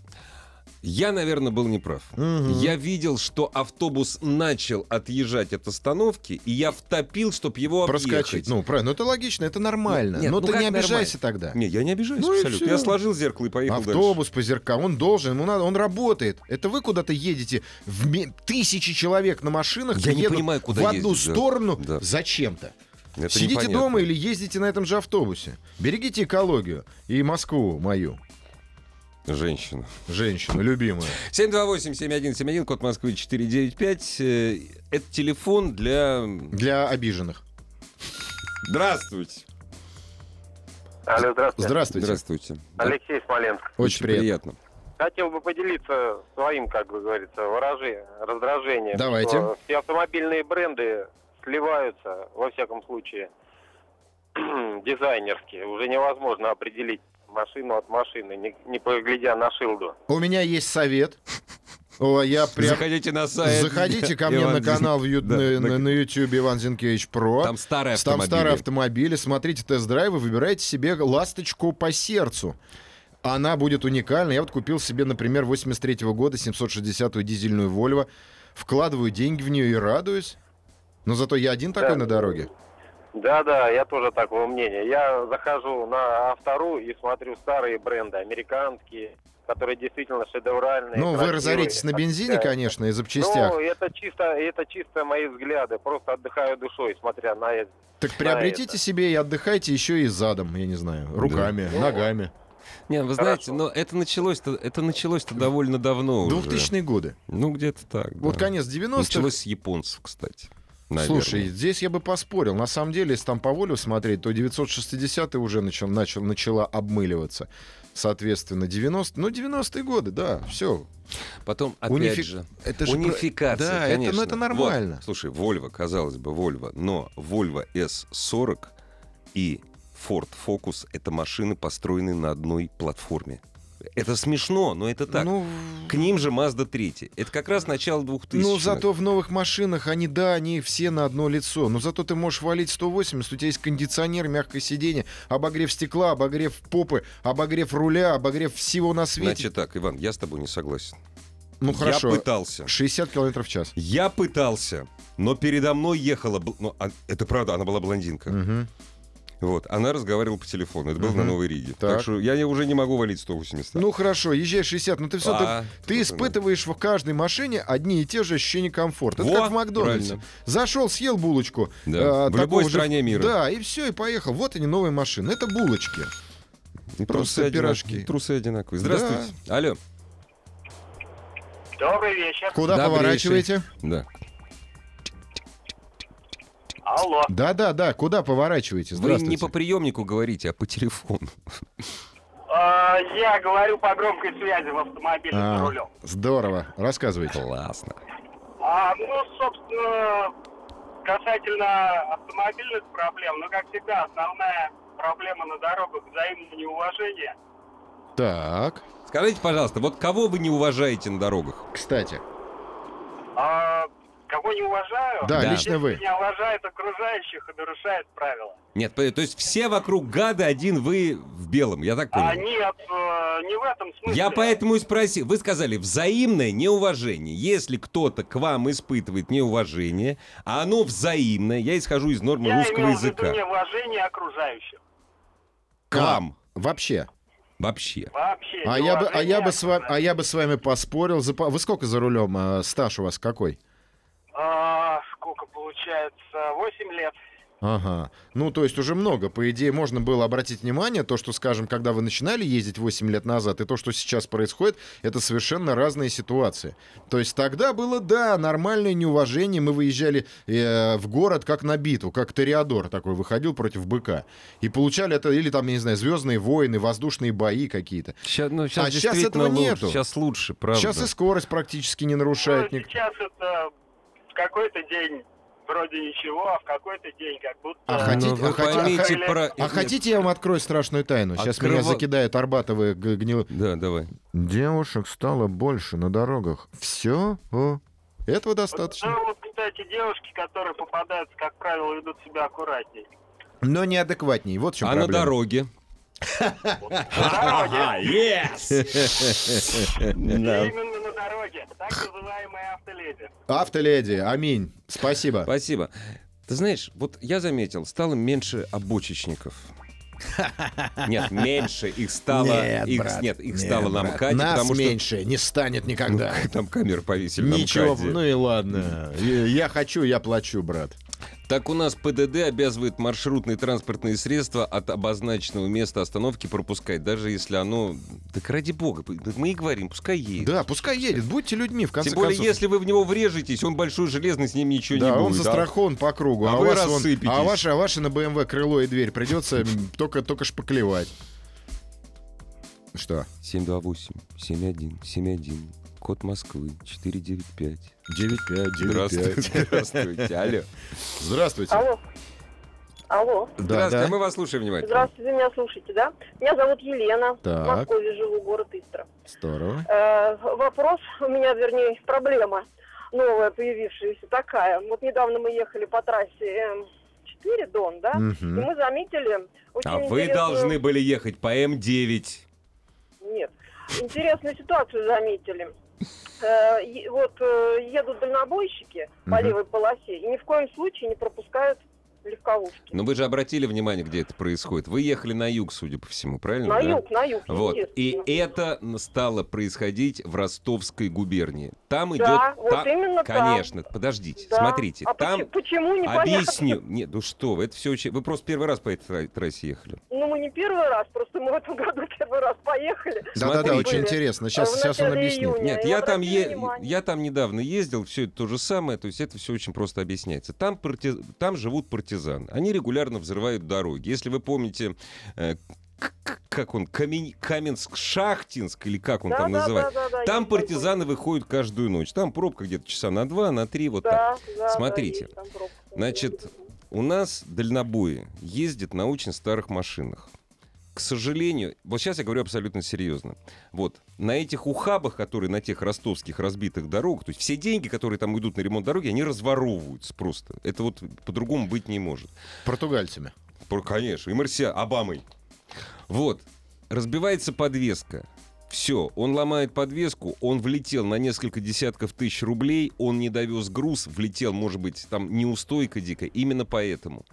[SPEAKER 1] я, наверное, был неправ.
[SPEAKER 2] Мгм.
[SPEAKER 1] Я видел, что автобус начал отъезжать от остановки, и я втопил, чтобы его
[SPEAKER 2] Проскочить.
[SPEAKER 1] объехать.
[SPEAKER 2] Ну, правильно. Ну, это логично, это нормально.
[SPEAKER 1] Нет,
[SPEAKER 2] Но
[SPEAKER 1] ну
[SPEAKER 2] ты
[SPEAKER 1] как
[SPEAKER 2] не обижайся тогда.
[SPEAKER 1] Не, я не обижаюсь
[SPEAKER 2] Ну и
[SPEAKER 1] абсолютно.
[SPEAKER 2] всё.
[SPEAKER 1] Я сложил зеркало и поехал
[SPEAKER 2] Автобус по зеркалу, он должен, ему надо, он работает. Это вы куда-то едете, в ме- тысячи человек на машинах
[SPEAKER 1] Я не
[SPEAKER 2] едут
[SPEAKER 1] понимаю, куда
[SPEAKER 2] в одну
[SPEAKER 1] ездить, да.
[SPEAKER 2] сторону
[SPEAKER 1] Да.
[SPEAKER 2] зачем-то.
[SPEAKER 1] дальше. Это
[SPEAKER 2] Сидите
[SPEAKER 1] непонятно.
[SPEAKER 2] дома или ездите на этом же автобусе. Берегите экологию и Москву мою,
[SPEAKER 1] Женщина.
[SPEAKER 2] женщину любимую.
[SPEAKER 1] 728-7171, код Москвы 495. Э, Это телефон для...
[SPEAKER 2] Для обиженных.
[SPEAKER 1] Здравствуйте.
[SPEAKER 5] Алло, здравствуйте.
[SPEAKER 2] Здравствуйте.
[SPEAKER 1] Здравствуйте.
[SPEAKER 5] Алексей Смоленск.
[SPEAKER 2] Очень приятно.
[SPEAKER 1] приятно.
[SPEAKER 5] Хотел бы поделиться своим, как бы говорится, выражи- раздражением.
[SPEAKER 2] Давайте.
[SPEAKER 5] что Все автомобильные бренды сливаются, во всяком случае, *clears throat* дизайнерские. Уже невозможно определить машину от машины, не, не поглядя на шилду.
[SPEAKER 2] У меня есть совет. О, я прям...
[SPEAKER 1] Заходите на сайт.
[SPEAKER 2] Заходите ко мне
[SPEAKER 1] Иван
[SPEAKER 2] на
[SPEAKER 1] Зин-
[SPEAKER 2] канал в
[SPEAKER 1] *laughs*
[SPEAKER 2] Ю-
[SPEAKER 1] Да,
[SPEAKER 2] на-
[SPEAKER 1] на-
[SPEAKER 2] на на YouTube Иван Зинкевич Про.
[SPEAKER 1] Там старые
[SPEAKER 2] Там
[SPEAKER 1] автомобили.
[SPEAKER 2] старые автомобили, смотрите тест-драйвы, выбирайте себе ласточку по сердцу. Она будет уникальна. Я вот купил себе, например, 83 года 760-ю дизельную Volvo. Вкладываю деньги в нее и радуюсь. Но зато я один такой
[SPEAKER 5] Да.
[SPEAKER 2] на дороге.
[SPEAKER 5] Да-да, я тоже такого мнения. Я захожу на Автору и смотрю старые бренды, американские,
[SPEAKER 6] которые действительно шедевральные.
[SPEAKER 2] Ну, вы
[SPEAKER 6] красивые,
[SPEAKER 2] разоритесь на бензине,
[SPEAKER 6] отличаются.
[SPEAKER 2] конечно, и запчастях.
[SPEAKER 6] Ну, это чисто, это чисто мои взгляды. Просто отдыхаю душой, смотря на это.
[SPEAKER 2] Так приобретите себе и отдыхайте еще и задом, я не знаю, руками,
[SPEAKER 6] Ну,
[SPEAKER 2] ногами.
[SPEAKER 1] Не, вы знаете,
[SPEAKER 6] Хорошо.
[SPEAKER 1] но это началось-то, это началось-то довольно давно уже.
[SPEAKER 2] 2000-е годы.
[SPEAKER 1] Ну, где-то так,
[SPEAKER 2] Вот
[SPEAKER 1] да.
[SPEAKER 2] конец 90-х.
[SPEAKER 1] Началось с японцев, кстати. наверное.
[SPEAKER 2] Слушай, здесь я бы поспорил. На самом деле, если там по волю смотреть, то 960 уже начал, начал, начала обмыливаться. Соответственно, 90... Ну, 90-е годы, да, все.
[SPEAKER 1] Потом, опять
[SPEAKER 2] унифи-
[SPEAKER 1] же,
[SPEAKER 2] это же про-
[SPEAKER 1] унификация,
[SPEAKER 2] Да, это- ну,
[SPEAKER 1] конечно.
[SPEAKER 2] это нормально.
[SPEAKER 1] Вот, слушай, Volvo, казалось бы, Volvo, но Volvo S40 и Ford Focus — это машины, построенные на одной платформе. Это смешно, но это так.
[SPEAKER 2] Ну,
[SPEAKER 1] К ним же Mazda 3. Это как раз начало 2000
[SPEAKER 2] ну, зато в новых машинах они, да, они все на одно лицо. Но зато ты можешь валить 180, у тебя есть кондиционер, мягкое сиденье, обогрев стекла, обогрев попы, обогрев руля, обогрев всего на свете.
[SPEAKER 1] Значит так, Иван, я с тобой не согласен.
[SPEAKER 2] ну, хорошо.
[SPEAKER 1] Я пытался.
[SPEAKER 2] 60 километров в час.
[SPEAKER 1] Я пытался, но передо мной ехала... бл- ну, а- это правда, она была блондинка.
[SPEAKER 2] Мгм.
[SPEAKER 1] Вот, она разговаривала по телефону. Это было
[SPEAKER 2] Мгм.
[SPEAKER 1] на Новой Риге. Так.
[SPEAKER 2] Так.
[SPEAKER 1] что я не- уже не могу валить 180.
[SPEAKER 2] Ну хорошо, езжай 60, но ты все
[SPEAKER 1] А, вот
[SPEAKER 2] Ты
[SPEAKER 1] оно.
[SPEAKER 2] испытываешь в каждой машине одни и те же ощущения комфорта.
[SPEAKER 1] Во,
[SPEAKER 2] это как в Макдональдсе.
[SPEAKER 1] правильно.
[SPEAKER 2] Зашел, съел булочку.
[SPEAKER 1] Да,
[SPEAKER 2] э,
[SPEAKER 1] в
[SPEAKER 2] такого
[SPEAKER 1] любой
[SPEAKER 2] же-
[SPEAKER 1] стране мира.
[SPEAKER 2] Да, и все, и поехал. Вот они, новые машины. Это булочки.
[SPEAKER 1] И
[SPEAKER 2] просто
[SPEAKER 1] одинак-
[SPEAKER 2] пирожки.
[SPEAKER 1] Трусы одинаковые. Здравствуйте. Алло.
[SPEAKER 4] Добрый вечер.
[SPEAKER 2] Куда
[SPEAKER 1] Добрейший.
[SPEAKER 2] поворачиваете?
[SPEAKER 1] Да.
[SPEAKER 4] Алло.
[SPEAKER 2] Да, да, да. Куда поворачиваете?
[SPEAKER 1] Вы
[SPEAKER 2] Здравствуйте.
[SPEAKER 1] не по приемнику говорите, а по телефону. *laughs*
[SPEAKER 4] я говорю по громкой связи в автомобиле
[SPEAKER 2] А, здорово. Рассказывайте.
[SPEAKER 1] Классно.
[SPEAKER 4] А, ну, собственно, касательно автомобильных проблем, ну, как всегда, основная проблема на дорогах взаимное *laughs* неуважение.
[SPEAKER 2] Так.
[SPEAKER 1] Скажите, пожалуйста, вот кого вы не уважаете на дорогах?
[SPEAKER 2] Кстати.
[SPEAKER 4] А, кого не уважаю?
[SPEAKER 2] Да,
[SPEAKER 1] Да.
[SPEAKER 2] лично вы.
[SPEAKER 4] Не уважает окружающих и нарушает правила.
[SPEAKER 1] Нет, по- то есть все вокруг гады, один вы в белом, я так
[SPEAKER 4] А
[SPEAKER 1] понимаю.
[SPEAKER 4] нет, э, не в этом смысле.
[SPEAKER 1] Я поэтому и спросил. Вы сказали взаимное неуважение. Если кто-то к вам испытывает неуважение, а оно взаимное, я исхожу из нормы
[SPEAKER 4] Я
[SPEAKER 1] русского
[SPEAKER 4] имел в
[SPEAKER 1] языка.
[SPEAKER 4] виду неуважение окружающих.
[SPEAKER 1] К вам
[SPEAKER 2] Вообще.
[SPEAKER 1] вообще.
[SPEAKER 4] Вообще.
[SPEAKER 2] А я, бы, а, я
[SPEAKER 4] неуважение
[SPEAKER 2] бы с вами, а
[SPEAKER 4] окружающих.
[SPEAKER 2] я бы с вами поспорил. за по- Вы сколько за рулем? э, стаж у вас какой?
[SPEAKER 4] А, сколько получается? 8 лет.
[SPEAKER 2] Ага. Ну, то есть уже много. По идее, можно было обратить внимание, то, что, скажем, когда вы начинали ездить 8 лет назад, и то, что сейчас происходит, это совершенно разные ситуации. То есть тогда было, да, нормальное неуважение. Мы выезжали э, в город как на битву, как Тореадор такой выходил против быка. И получали это, или там, я не знаю, звездные войны, воздушные бои какие-то.
[SPEAKER 1] Сейчас, ну,
[SPEAKER 2] щас А щас действительно этого лучше, нету. щас
[SPEAKER 1] лучше, правда.
[SPEAKER 2] Сейчас и скорость практически не нарушает.
[SPEAKER 4] Ну,
[SPEAKER 2] ник-
[SPEAKER 4] сейчас это в какой-то день вроде ничего, а в какой-то день как будто...
[SPEAKER 2] А
[SPEAKER 4] Ну,
[SPEAKER 2] хотите-
[SPEAKER 1] вы
[SPEAKER 2] а хотите-
[SPEAKER 1] поймите
[SPEAKER 4] а-
[SPEAKER 1] про...
[SPEAKER 2] А хотите, я вам открою страшную тайну? Сейчас меня
[SPEAKER 1] Открыва-
[SPEAKER 2] закидают арбатовые г- гнилые...
[SPEAKER 1] Да, давай.
[SPEAKER 2] Девушек стало больше на дорогах. Все? Этого достаточно.
[SPEAKER 4] Ну, вот, кстати, девушки, которые попадаются, как правило, ведут себя аккуратней.
[SPEAKER 2] Но неадекватней. Вот в чем
[SPEAKER 1] а на
[SPEAKER 2] проблема.
[SPEAKER 1] дороге?
[SPEAKER 4] На дороге. *laughs*
[SPEAKER 1] Да.
[SPEAKER 4] Именно на дороге. Так называемые автоледи.
[SPEAKER 2] Автоледи, аминь. Спасибо.
[SPEAKER 1] Спасибо. Ты знаешь, вот я заметил, стало меньше
[SPEAKER 2] *laughs*
[SPEAKER 1] обочечников. Нет, меньше их стало.
[SPEAKER 2] Нет,
[SPEAKER 1] их,
[SPEAKER 2] брат,
[SPEAKER 1] нет, их
[SPEAKER 2] нет,
[SPEAKER 1] стало на
[SPEAKER 2] брат.
[SPEAKER 1] МКАДе,
[SPEAKER 2] Нас
[SPEAKER 1] потому *laughs* что ну,
[SPEAKER 2] меньше не станет никогда.
[SPEAKER 1] там камеры повесили на
[SPEAKER 2] Ничего,
[SPEAKER 1] МКАДе.
[SPEAKER 2] ну и ладно. Я я хочу, я плачу, брат.
[SPEAKER 1] Так у нас ПДД обязывает маршрутные транспортные средства от обозначенного места остановки пропускать, даже если оно... Так ради бога, мы и говорим, пускай едет.
[SPEAKER 2] Да, пускай едет, будьте людьми, в конце
[SPEAKER 1] Тем более,
[SPEAKER 2] концов.
[SPEAKER 1] если вы в него врежетесь, он большой железный, с ним ничего не
[SPEAKER 2] да,
[SPEAKER 1] будет.
[SPEAKER 2] он застрахован по кругу,
[SPEAKER 1] А
[SPEAKER 2] а,
[SPEAKER 1] вы
[SPEAKER 2] вас вон-
[SPEAKER 1] рассыпетесь.
[SPEAKER 2] а ваше, а ваше на БМВ крыло и дверь придется м, только, только шпаклевать. Что?
[SPEAKER 1] 728, 71, 71, код Москвы, 495.
[SPEAKER 2] 9-5, 9-5.
[SPEAKER 1] Здравствуйте, здравствуйте, алло.
[SPEAKER 2] Здравствуйте.
[SPEAKER 7] Алло. Алло.
[SPEAKER 2] Да,
[SPEAKER 1] Здравствуйте,
[SPEAKER 2] да.
[SPEAKER 1] а мы вас слушаем внимательно.
[SPEAKER 7] Здравствуйте, вы меня слушаете, да? Меня зовут Елена.
[SPEAKER 2] Так.
[SPEAKER 7] В Москве живу, город Истра.
[SPEAKER 2] Здорово.
[SPEAKER 7] Э, вопрос у меня, вернее, проблема новая появившаяся такая. Вот недавно мы ехали по трассе М4 Дон, да? И
[SPEAKER 2] Мгм.
[SPEAKER 7] мы заметили очень
[SPEAKER 1] А вы
[SPEAKER 7] интересную-
[SPEAKER 1] должны были ехать по М9.
[SPEAKER 7] Нет. Интересную ситуацию заметили. Э, е- Вот э, едут дальнобойщики по
[SPEAKER 2] Мгм.
[SPEAKER 7] левой полосе и ни в коем случае не пропускают легковушки.
[SPEAKER 1] Но вы же обратили внимание, где это происходит. Вы ехали на юг, судя по всему, правильно?
[SPEAKER 7] на
[SPEAKER 1] Ну, да?
[SPEAKER 7] юг, на юг,
[SPEAKER 1] Вот. И
[SPEAKER 7] естественно.
[SPEAKER 1] это стало происходить в Ростовской губернии. Там
[SPEAKER 7] Да,
[SPEAKER 1] идет...
[SPEAKER 7] вот
[SPEAKER 1] та-
[SPEAKER 7] именно там.
[SPEAKER 1] Конечно, подождите,
[SPEAKER 7] Да.
[SPEAKER 1] смотрите,
[SPEAKER 7] А
[SPEAKER 1] там...
[SPEAKER 7] почему, почему *laughs* непонятно?
[SPEAKER 1] Объясню. Нет, ну что вы, это все очень... Вы просто первый раз по этой тра- трассе ехали.
[SPEAKER 7] Ну, мы не первый раз, просто мы в этом году *laughs* первый раз поехали.
[SPEAKER 2] Да-да-да,
[SPEAKER 1] Смотрите.
[SPEAKER 2] очень интересно. Сейчас,
[SPEAKER 7] В
[SPEAKER 2] сейчас он
[SPEAKER 7] начале
[SPEAKER 2] объяснит.
[SPEAKER 7] июня.
[SPEAKER 1] Нет,
[SPEAKER 7] И
[SPEAKER 1] я там,
[SPEAKER 7] обратили
[SPEAKER 1] е-
[SPEAKER 7] внимание.
[SPEAKER 1] я там недавно ездил, все это то же самое, то есть это все очень просто объясняется. Там, парти- там живут партизаны, они регулярно взрывают дороги. Если вы помните, э, к- к- как он, Камень- Каменск-Шахтинск, или как он
[SPEAKER 7] Да,
[SPEAKER 1] там
[SPEAKER 7] да,
[SPEAKER 1] называется,
[SPEAKER 7] да, да, да,
[SPEAKER 1] там
[SPEAKER 7] есть такое.
[SPEAKER 1] партизаны выходят каждую ночь. Там пробка где-то часа на два, на три, вот так.
[SPEAKER 7] Да, да, да,
[SPEAKER 1] Смотрите.
[SPEAKER 7] есть там пробка.
[SPEAKER 1] Значит, у нас дальнобои ездят на очень старых машинах. К сожалению, вот сейчас я говорю абсолютно серьезно. Вот на этих ухабах, которые на тех ростовских разбитых дорогах, то есть все деньги, которые там идут на ремонт дороги, они разворовываются просто. Это вот по-другому быть не может.
[SPEAKER 2] Португальцами.
[SPEAKER 1] Про- Конечно, и Марсиа, Обамой. Вот, разбивается подвеска. Все, он ломает подвеску, он влетел на несколько десятков тысяч рублей, он не довез груз, влетел, может быть, там неустойка дикая, именно поэтому.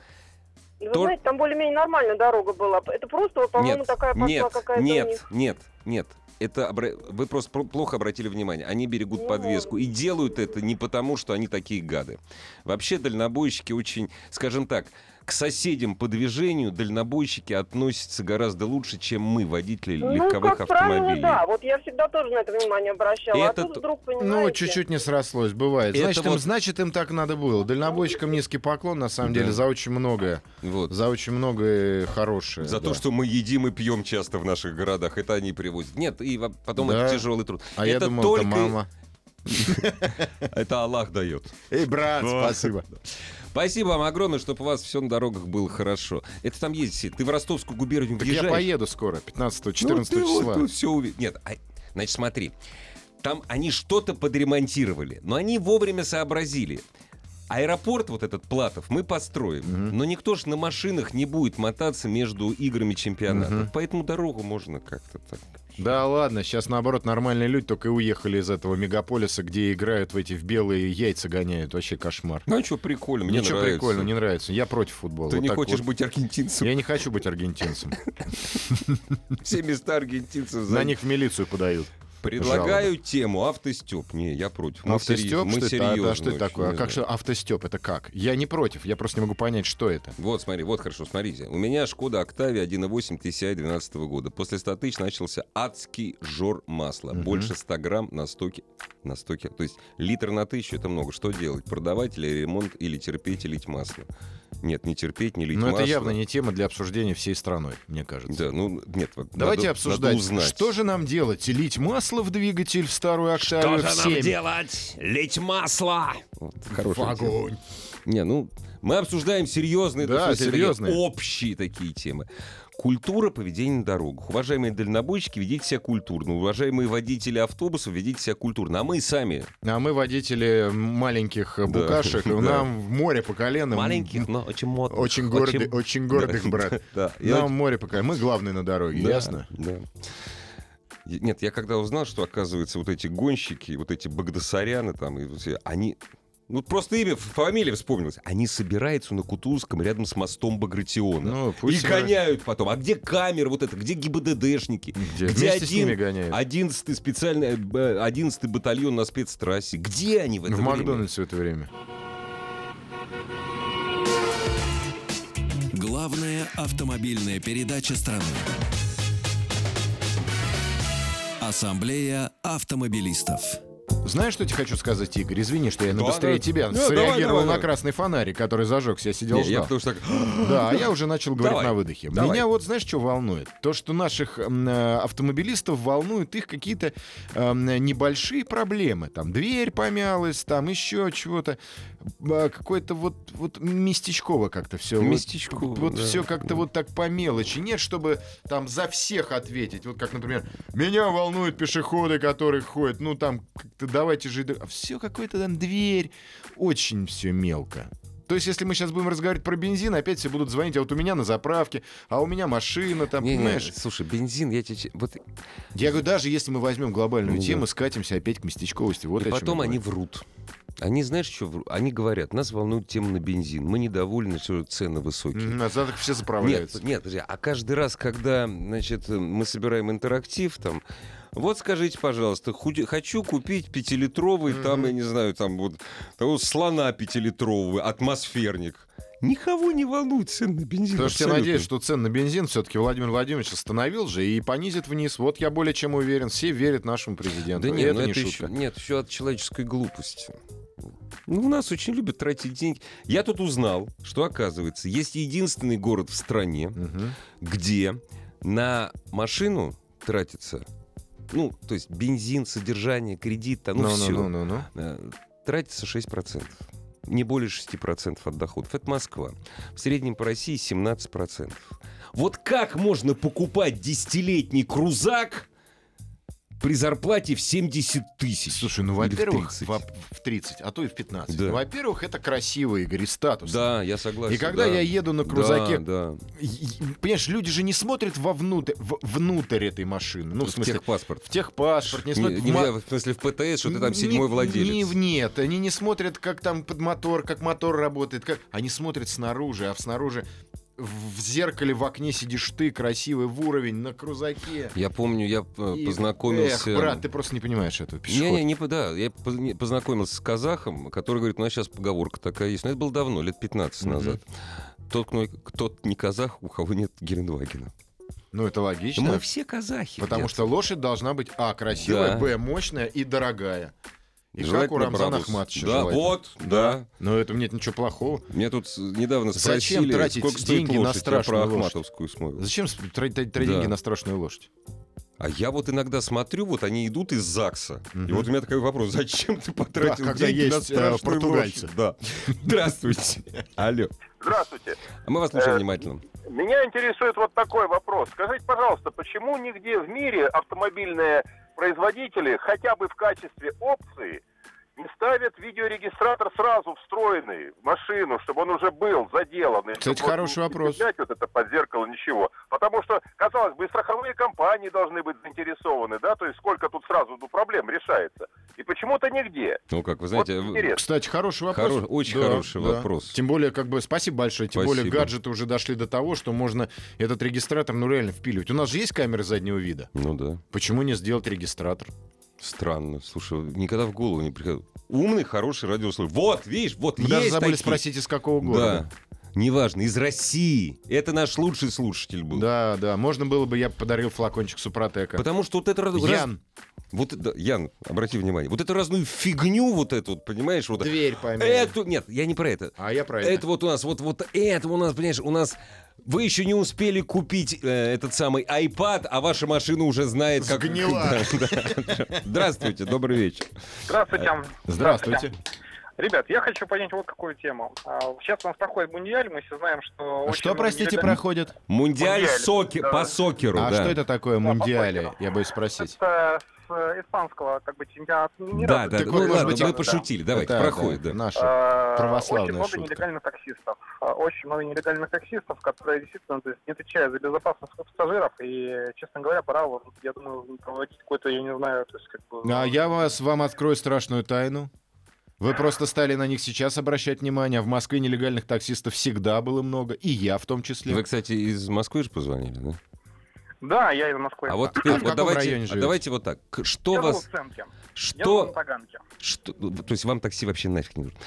[SPEAKER 7] Вы
[SPEAKER 1] то-
[SPEAKER 7] знаете, там более-менее нормальная дорога была. Это просто, вот, по-моему,
[SPEAKER 1] нет,
[SPEAKER 7] такая пошла
[SPEAKER 1] нет,
[SPEAKER 7] какая-то
[SPEAKER 1] нет,
[SPEAKER 7] у них.
[SPEAKER 1] нет, нет. Это обра- вы просто про- плохо обратили внимание. Они берегут
[SPEAKER 7] Ну,
[SPEAKER 1] подвеску и делают это не потому, что они такие гады. Вообще дальнобойщики очень, скажем так, к соседям по движению дальнобойщики относятся гораздо лучше, чем мы, водители
[SPEAKER 7] ну,
[SPEAKER 1] легковых
[SPEAKER 7] как
[SPEAKER 1] автомобилей.
[SPEAKER 7] правило, да. Вот я всегда тоже на это внимание обращала.
[SPEAKER 1] Это
[SPEAKER 7] а тут
[SPEAKER 1] т-
[SPEAKER 7] вдруг, понимаете...
[SPEAKER 2] Ну, чуть-чуть не срослось, бывает.
[SPEAKER 1] Это
[SPEAKER 2] Значит, им,
[SPEAKER 1] вот-
[SPEAKER 2] значит, им так надо было.
[SPEAKER 7] Ну,
[SPEAKER 2] Дальнобойщикам низкий поклон, на самом
[SPEAKER 1] Да.
[SPEAKER 2] деле, за очень многое.
[SPEAKER 1] Вот.
[SPEAKER 2] За очень многое хорошее.
[SPEAKER 1] За
[SPEAKER 2] да.
[SPEAKER 1] то, что мы едим и пьем часто в наших городах, это они привозят. Нет, и во- потом
[SPEAKER 2] Да.
[SPEAKER 1] это тяжелый труд.
[SPEAKER 2] А
[SPEAKER 1] это
[SPEAKER 2] я думал,
[SPEAKER 1] только...
[SPEAKER 2] это мама.
[SPEAKER 1] *laughs* Это Аллах дает.
[SPEAKER 2] Эй, брат,
[SPEAKER 1] Вот.
[SPEAKER 2] спасибо.
[SPEAKER 1] Спасибо вам огромное, чтобы у вас все на дорогах было хорошо. Это там ездите. Ты в Ростовскую губернию
[SPEAKER 2] Так я
[SPEAKER 1] въезжаешь.
[SPEAKER 2] поеду скоро, 15-14
[SPEAKER 1] ну, ты вот
[SPEAKER 2] числа.
[SPEAKER 1] тут все увидишь. Нет, а- значит, смотри. Там они что-то подремонтировали, но они вовремя сообразили. Аэропорт вот этот Платов мы построим,
[SPEAKER 2] Мгм.
[SPEAKER 1] но никто же на машинах не будет мотаться между играми чемпионатов.
[SPEAKER 2] Мгм.
[SPEAKER 1] Поэтому дорогу можно как-то так.
[SPEAKER 2] Да ладно, сейчас наоборот нормальные люди только и уехали из этого мегаполиса, где играют в эти в белые яйца гоняют. Вообще кошмар.
[SPEAKER 1] Ну а что, прикольно, мне
[SPEAKER 2] Ничего
[SPEAKER 1] нравится.
[SPEAKER 2] прикольного, не нравится. Я против футбола.
[SPEAKER 1] Ты
[SPEAKER 2] Вот
[SPEAKER 1] не
[SPEAKER 2] так
[SPEAKER 1] хочешь
[SPEAKER 2] вот.
[SPEAKER 1] быть аргентинцем.
[SPEAKER 2] Я не хочу быть аргентинцем.
[SPEAKER 1] *laughs* Все места аргентинцев
[SPEAKER 2] На
[SPEAKER 1] заняты.
[SPEAKER 2] них в милицию подают.
[SPEAKER 1] Предлагаю тему автостеп. Не, я против. Мы серьез-
[SPEAKER 2] Автостеп,
[SPEAKER 1] мы
[SPEAKER 2] что это? А,
[SPEAKER 1] серьезно
[SPEAKER 2] да, что это
[SPEAKER 1] очень,
[SPEAKER 2] такое?
[SPEAKER 1] не
[SPEAKER 2] А как
[SPEAKER 1] знаю.
[SPEAKER 2] что автостеп? Это как? Я не против, я просто не могу понять, что это.
[SPEAKER 1] Вот, смотри, вот хорошо, смотрите. У меня Шкода Октавия 1.8 TCI 2012 года. После 100 тысяч начался адский жор масла.
[SPEAKER 2] Мгм.
[SPEAKER 1] Больше 100 грамм на стоке. На стоке. То есть литр на тысячу это много. Что делать? Продавать или ремонт, или терпеть, и лить масло? Нет, не терпеть, не лить
[SPEAKER 2] Но
[SPEAKER 1] масло.
[SPEAKER 2] Ну, это явно не тема для обсуждения всей страной, мне кажется.
[SPEAKER 1] Да, ну, нет. вот
[SPEAKER 2] Давайте
[SPEAKER 1] надо-
[SPEAKER 2] обсуждать,
[SPEAKER 1] надо узнать.
[SPEAKER 2] что же нам делать? Лить масло в двигатель в старую
[SPEAKER 1] Что
[SPEAKER 2] Октавию
[SPEAKER 1] же
[SPEAKER 2] в
[SPEAKER 1] нам
[SPEAKER 2] семь?
[SPEAKER 1] делать? Лить масло! Вот,
[SPEAKER 2] В
[SPEAKER 1] хорошая тема.
[SPEAKER 2] огонь.
[SPEAKER 1] Не, ну, мы обсуждаем серьезные,
[SPEAKER 2] Да,
[SPEAKER 1] в смысле,
[SPEAKER 2] серьезные.
[SPEAKER 1] такие общие такие темы. Культура поведения на дорогах. Уважаемые дальнобойщики, ведите себя культурно. Уважаемые водители автобусов, ведите себя культурно. А мы сами,
[SPEAKER 2] А мы водители маленьких э,
[SPEAKER 1] Да, *laughs*
[SPEAKER 2] букашек,
[SPEAKER 1] да.
[SPEAKER 2] нам в море по колено.
[SPEAKER 1] маленьких, но очень модных. *laughs*
[SPEAKER 2] Очень гордых, очень *laughs* гордых, брат.
[SPEAKER 1] Да. Я
[SPEAKER 2] Нам в море по колено. Мы главные на дороге,
[SPEAKER 1] Ну, Да,
[SPEAKER 2] ясно?
[SPEAKER 1] да. Е- Нет, я когда узнал, что, оказывается, вот эти гонщики, вот эти Багдасаряны там, и вот все, они... Ну, просто имя, ф- фамилия вспомнилась. Они собираются на Кутузском рядом с мостом Багратиона.
[SPEAKER 2] Ну,
[SPEAKER 1] и
[SPEAKER 2] пусть мы-
[SPEAKER 1] гоняют потом. А где камеры вот это? Где ГИБДДшники? Где
[SPEAKER 2] Где? Вместе с
[SPEAKER 1] один- а
[SPEAKER 2] ними гоняют.
[SPEAKER 1] 11-й специальный, э, б- 11-й батальон на спецтрассе. Где они в это
[SPEAKER 2] В
[SPEAKER 1] время?
[SPEAKER 2] Макдональдсе в это время.
[SPEAKER 3] Главная автомобильная передача страны. Ассамблея автомобилистов.
[SPEAKER 2] Знаешь, что я тебе хочу сказать, Игорь? Извини, что я
[SPEAKER 1] Да,
[SPEAKER 2] быстрее
[SPEAKER 1] да.
[SPEAKER 2] тебя
[SPEAKER 1] Да, давай,
[SPEAKER 2] среагировал
[SPEAKER 1] давай,
[SPEAKER 2] на
[SPEAKER 1] давай.
[SPEAKER 2] красный фонарик, который зажегся. Я сидел,
[SPEAKER 1] Не, я
[SPEAKER 2] ждал.
[SPEAKER 1] потому что так...
[SPEAKER 2] Да, а я уже начал говорить
[SPEAKER 1] Давай,
[SPEAKER 2] на выдохе.
[SPEAKER 1] давай.
[SPEAKER 2] Меня вот, знаешь, что волнует? То, что наших м, э, автомобилистов волнуют их какие-то эм, небольшие проблемы. Там дверь помялась, там еще чего-то. Э, Какое-то вот, вот местечково как-то все.
[SPEAKER 1] Местечково,
[SPEAKER 2] Вот, вот
[SPEAKER 1] да.
[SPEAKER 2] все как-то вот так по мелочи. Нет, чтобы там за всех ответить. Вот как, например, меня волнуют пешеходы, которые ходят. Ну там, как-то давайте же... Все какое-то там дверь. Очень все мелко. То есть, если мы сейчас будем разговаривать про бензин, опять все будут звонить, а вот у меня на заправке, а у меня машина там,
[SPEAKER 1] Не, не,
[SPEAKER 2] понимаешь?
[SPEAKER 1] слушай, бензин, я тебе... че- Вот
[SPEAKER 2] Я говорю, даже если мы возьмем глобальную
[SPEAKER 1] Ну да.
[SPEAKER 2] тему, скатимся опять к местечковости.
[SPEAKER 1] И
[SPEAKER 2] Вот о чём я
[SPEAKER 1] потом они
[SPEAKER 2] говорю.
[SPEAKER 1] врут. Они, знаешь, что вру- они говорят, нас волнует тема на бензин, мы недовольны, что цены высокие.
[SPEAKER 2] Мгм, а завтра все
[SPEAKER 1] Нет,
[SPEAKER 2] заправляются.
[SPEAKER 1] нет, подожди, а каждый раз, когда, значит, мы собираем интерактив там, вот скажите, пожалуйста, худи- хочу купить пятилитровый, там,
[SPEAKER 2] Мгм.
[SPEAKER 1] я не знаю, там вот того слона пятилитровый, атмосферник. Никого не волнует цены на бензин.
[SPEAKER 2] Потому что я
[SPEAKER 1] абсолютно.
[SPEAKER 2] надеюсь, что цен на бензин все-таки Владимир Владимирович остановил же и понизит вниз. Вот я более чем уверен, все верят нашему
[SPEAKER 1] Да
[SPEAKER 2] президенту. И
[SPEAKER 1] нет,
[SPEAKER 2] это
[SPEAKER 1] ну
[SPEAKER 2] не
[SPEAKER 1] это
[SPEAKER 2] шутка.
[SPEAKER 1] еще, нет, еще от человеческой глупости. Ну, у нас очень любят тратить деньги. Я тут узнал, что оказывается, есть единственный город в стране,
[SPEAKER 2] Мгм.
[SPEAKER 1] где на машину тратится, ну, то есть бензин, содержание, кредит, там, ну, все,
[SPEAKER 2] Ну-ну-ну-ну-ну.
[SPEAKER 1] тратится 6%. Не более 6% от доходов. Это Москва. В среднем по России 17%. Вот как можно покупать десятилетний крузак при зарплате в 70 тысяч?
[SPEAKER 2] Слушай, ну,
[SPEAKER 1] Или в
[SPEAKER 2] во-первых,
[SPEAKER 1] 30?
[SPEAKER 2] во- в 30, а то и в 15.
[SPEAKER 1] Да.
[SPEAKER 2] Во-первых, это красиво, Игорь, и статус.
[SPEAKER 1] Да, я согласен.
[SPEAKER 2] И когда
[SPEAKER 1] да.
[SPEAKER 2] я еду на крузаке,
[SPEAKER 1] Да, да.
[SPEAKER 2] и- и- понимаешь, люди же не смотрят вовнутрь, в- внутрь этой машины. Ну, в смысле,
[SPEAKER 1] техпаспорт.
[SPEAKER 2] в техпаспорт, не
[SPEAKER 1] Не,
[SPEAKER 2] смотрят в ма-
[SPEAKER 1] нельзя, в смысле, в ПТС, что ты там
[SPEAKER 2] Не-
[SPEAKER 1] седьмой владелец.
[SPEAKER 2] не в- нет, они не смотрят, как там под мотор, как мотор работает. Как... Они смотрят снаружи, а в снаружи в в зеркале в окне сидишь ты, красивый, в уровень, на крузаке.
[SPEAKER 1] Я помню, я э,
[SPEAKER 2] И-
[SPEAKER 1] познакомился...
[SPEAKER 2] Эх, брат, ты просто не понимаешь этого пешеход.
[SPEAKER 1] Не, не, не, по- да, я поз- не- познакомился с казахом, который говорит, у нас сейчас поговорка такая есть. Но это было давно, лет 15
[SPEAKER 2] Мгм.
[SPEAKER 1] назад. Тот, ну, тот не казах, у кого нет Гелендвагена.
[SPEAKER 2] Ну, это логично.
[SPEAKER 1] Мы все казахи.
[SPEAKER 2] Потому
[SPEAKER 1] блядь.
[SPEAKER 2] что лошадь должна быть, а, красивая,
[SPEAKER 1] Да.
[SPEAKER 2] б, мощная и дорогая. И как у
[SPEAKER 1] Желательно
[SPEAKER 2] Рамзана
[SPEAKER 1] Брабус.
[SPEAKER 2] Ахматовича
[SPEAKER 1] Да,
[SPEAKER 2] желательно.
[SPEAKER 1] вот, да.
[SPEAKER 2] Но это нет ничего плохого.
[SPEAKER 1] Мне тут с- недавно спросили,
[SPEAKER 2] Зачем тратить
[SPEAKER 1] сколько стоит
[SPEAKER 2] деньги на
[SPEAKER 1] лошадь. Я
[SPEAKER 2] страшную
[SPEAKER 1] про
[SPEAKER 2] лошадь?
[SPEAKER 1] Ахматовскую смотрел.
[SPEAKER 2] Зачем с- тратить тратить
[SPEAKER 1] Да.
[SPEAKER 2] деньги на страшную лошадь?
[SPEAKER 1] А я вот иногда смотрю, вот они идут из ЗАГСа. И
[SPEAKER 2] Мгм.
[SPEAKER 1] вот у меня такой вопрос, зачем ты потратил
[SPEAKER 2] когда
[SPEAKER 1] деньги на
[SPEAKER 2] есть, э,
[SPEAKER 1] страшную
[SPEAKER 2] португальцы.
[SPEAKER 1] лошадь? Да. *laughs* Здравствуйте. Алло.
[SPEAKER 6] Здравствуйте.
[SPEAKER 1] А мы вас слушаем
[SPEAKER 6] Э,
[SPEAKER 1] внимательно.
[SPEAKER 6] Меня интересует вот такой вопрос. Скажите, пожалуйста, почему нигде в мире автомобильные производители хотя бы в качестве опции не ставят видеорегистратор сразу встроенный в машину, чтобы он уже был заделанный. чтобы
[SPEAKER 2] Кстати,
[SPEAKER 6] вот
[SPEAKER 2] хороший
[SPEAKER 6] не
[SPEAKER 2] вопрос.
[SPEAKER 6] цеплять вот это под зеркало ничего. Потому что, казалось бы, и страховые компании должны быть заинтересованы, да, то есть сколько тут сразу ну, проблем решается. И почему-то нигде.
[SPEAKER 1] Ну, как вы знаете,
[SPEAKER 6] вот
[SPEAKER 1] вы-
[SPEAKER 6] интересно.
[SPEAKER 2] Кстати, хороший вопрос.
[SPEAKER 1] Хоро- очень хороший вопрос.
[SPEAKER 2] Тем более, как бы, спасибо большое. Тем
[SPEAKER 1] Спасибо.
[SPEAKER 2] более, гаджеты уже дошли до того, что можно этот регистратор, ну, реально впиливать. У нас же есть камеры заднего вида.
[SPEAKER 1] Ну да.
[SPEAKER 2] Почему не сделать регистратор?
[SPEAKER 1] Странно. Слушай, никогда в голову не приходил. Умный, хороший радиослушатель. Вот, видишь, вот
[SPEAKER 2] Мы даже
[SPEAKER 1] есть
[SPEAKER 2] забыли
[SPEAKER 1] такие.
[SPEAKER 2] спросить, из какого города.
[SPEAKER 1] Да. Неважно, из России. Это наш лучший слушатель был.
[SPEAKER 2] Да, да. Можно было бы, я бы подарил флакончик Супротека.
[SPEAKER 1] Потому что вот это раз- раз-
[SPEAKER 2] Ян,
[SPEAKER 1] вот это- Ян, обрати внимание, вот эту разную фигню вот эту, вот, понимаешь, вот
[SPEAKER 2] дверь поменяй.
[SPEAKER 1] эту, нет, я не про это.
[SPEAKER 2] А я про это.
[SPEAKER 1] Э, Это вот у нас, вот, вот это у нас, понимаешь, у нас вы еще не успели купить э, этот самый iPad, а ваша машина уже знает, как...
[SPEAKER 2] Сгнила.
[SPEAKER 1] *laughs* Да, да. Здравствуйте, добрый вечер. Э.
[SPEAKER 8] Здравствуйте.
[SPEAKER 2] Здравствуйте.
[SPEAKER 8] Ребят, я хочу поднять вот какую тему. А, Сейчас у нас проходит Бундиаль, мы все знаем,
[SPEAKER 1] А
[SPEAKER 8] что... очень
[SPEAKER 2] Что,
[SPEAKER 8] много
[SPEAKER 2] простите,
[SPEAKER 8] нелегальных-
[SPEAKER 2] проходит?
[SPEAKER 1] Мундиаль
[SPEAKER 8] Мундиаль,
[SPEAKER 1] соки,
[SPEAKER 8] да.
[SPEAKER 1] по сокеру,
[SPEAKER 2] А
[SPEAKER 1] да.
[SPEAKER 2] что это такое мундиале? Я боюсь спросить.
[SPEAKER 8] Это с испанского как бы чемпионата мира.
[SPEAKER 1] Да, да,
[SPEAKER 2] Так
[SPEAKER 1] да. ну
[SPEAKER 2] вот, может
[SPEAKER 1] ладно,
[SPEAKER 2] быть,
[SPEAKER 1] мы
[SPEAKER 2] это-
[SPEAKER 1] пошутили, давайте,
[SPEAKER 2] Да,
[SPEAKER 1] проходит,
[SPEAKER 2] да,
[SPEAKER 1] да.
[SPEAKER 2] Наша.
[SPEAKER 8] Э,
[SPEAKER 2] православная
[SPEAKER 8] Очень много
[SPEAKER 2] шутка.
[SPEAKER 8] нелегальных таксистов. Э, Очень много нелегальных таксистов, которые действительно то есть, не отвечают за безопасность своих пассажиров. И, честно говоря, пора, вот, я думаю, проводить какой-то, я не знаю, то есть как бы...
[SPEAKER 2] А я вас, вам открою страшную тайну. Вы просто стали на них сейчас обращать внимание. а В Москве нелегальных таксистов всегда было много, и я в том числе.
[SPEAKER 1] Вы, кстати, из Москвы же позвонили, да?
[SPEAKER 8] Да, я из Москвы.
[SPEAKER 1] А вот теперь
[SPEAKER 2] в
[SPEAKER 1] вот
[SPEAKER 2] каком районе
[SPEAKER 1] давайте, а
[SPEAKER 2] живете?
[SPEAKER 1] давайте вот так. К- Что
[SPEAKER 8] я живу
[SPEAKER 1] вас,
[SPEAKER 8] в центре. Я живу на
[SPEAKER 1] что,
[SPEAKER 8] Таганке.
[SPEAKER 1] что, ну, то есть вам такси вообще нафиг не нужно.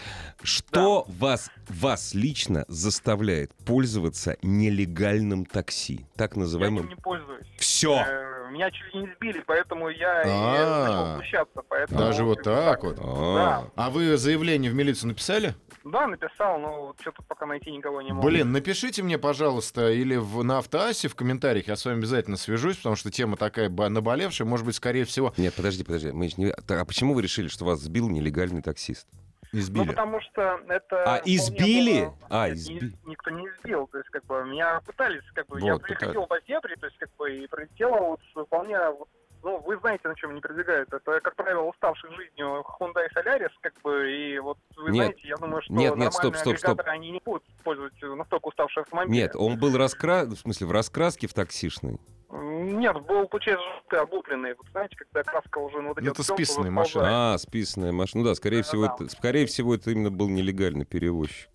[SPEAKER 1] Что вас, вас лично заставляет пользоваться нелегальным такси, так
[SPEAKER 8] Я
[SPEAKER 1] называемым?
[SPEAKER 8] этим не пользуюсь.
[SPEAKER 1] Все.
[SPEAKER 8] Э, Меня чуть ли не сбили, поэтому я и
[SPEAKER 2] А.
[SPEAKER 8] начал смущаться. Поэтому,
[SPEAKER 2] Даже
[SPEAKER 8] в
[SPEAKER 2] вот
[SPEAKER 8] общем,
[SPEAKER 2] так вот.
[SPEAKER 8] Да.
[SPEAKER 2] А вы заявление в милицию написали?
[SPEAKER 8] Да, написал, но что-то пока найти никого не мог.
[SPEAKER 2] Блин, напишите мне, пожалуйста, или в, на автоасе в комментариях, я с вами обязательно свяжусь, потому что тема такая ба- наболевшая, может быть, скорее всего,
[SPEAKER 1] Нет, подожди, подожди. Мы ж не... так, а почему вы решили, что вас сбил нелегальный таксист?
[SPEAKER 8] Ну,
[SPEAKER 2] избили.
[SPEAKER 8] потому что это...
[SPEAKER 1] А,
[SPEAKER 8] вполне
[SPEAKER 1] избили?
[SPEAKER 8] было- ну,
[SPEAKER 1] А,
[SPEAKER 8] Нет,
[SPEAKER 1] изби-
[SPEAKER 8] ни- никто не избил. То есть, как бы, меня пытались, как бы, я
[SPEAKER 1] Вот,
[SPEAKER 8] приходил по зебре, то есть, как бы, и пролетела вот с- вполне... вот, Ну, вы знаете, на чем они прибегают. Это, как правило, уставших жизнью Hyundai Solaris, как бы, и вот вы
[SPEAKER 1] Нет.
[SPEAKER 8] знаете, я думаю, что
[SPEAKER 1] Нет, нет, стоп,
[SPEAKER 8] нормальные
[SPEAKER 1] стоп, стоп.
[SPEAKER 8] агрегаторы, они не будут использовать настолько уставшие автомобили.
[SPEAKER 1] Нет, он был раскра... в смысле, в раскраске в таксишной.
[SPEAKER 8] Ну, Нет, был, получается, жесткий облупленный. Вот знаете, когда краска уже... Ну, вот эти
[SPEAKER 2] Ну, это
[SPEAKER 8] вот пленки
[SPEAKER 2] списанные
[SPEAKER 8] уже
[SPEAKER 2] машины.
[SPEAKER 8] сползают.
[SPEAKER 1] А, списанная машина. Ну да, скорее всего,
[SPEAKER 8] Да-да-да.
[SPEAKER 1] это, скорее всего, это именно был нелегальный перевозчик.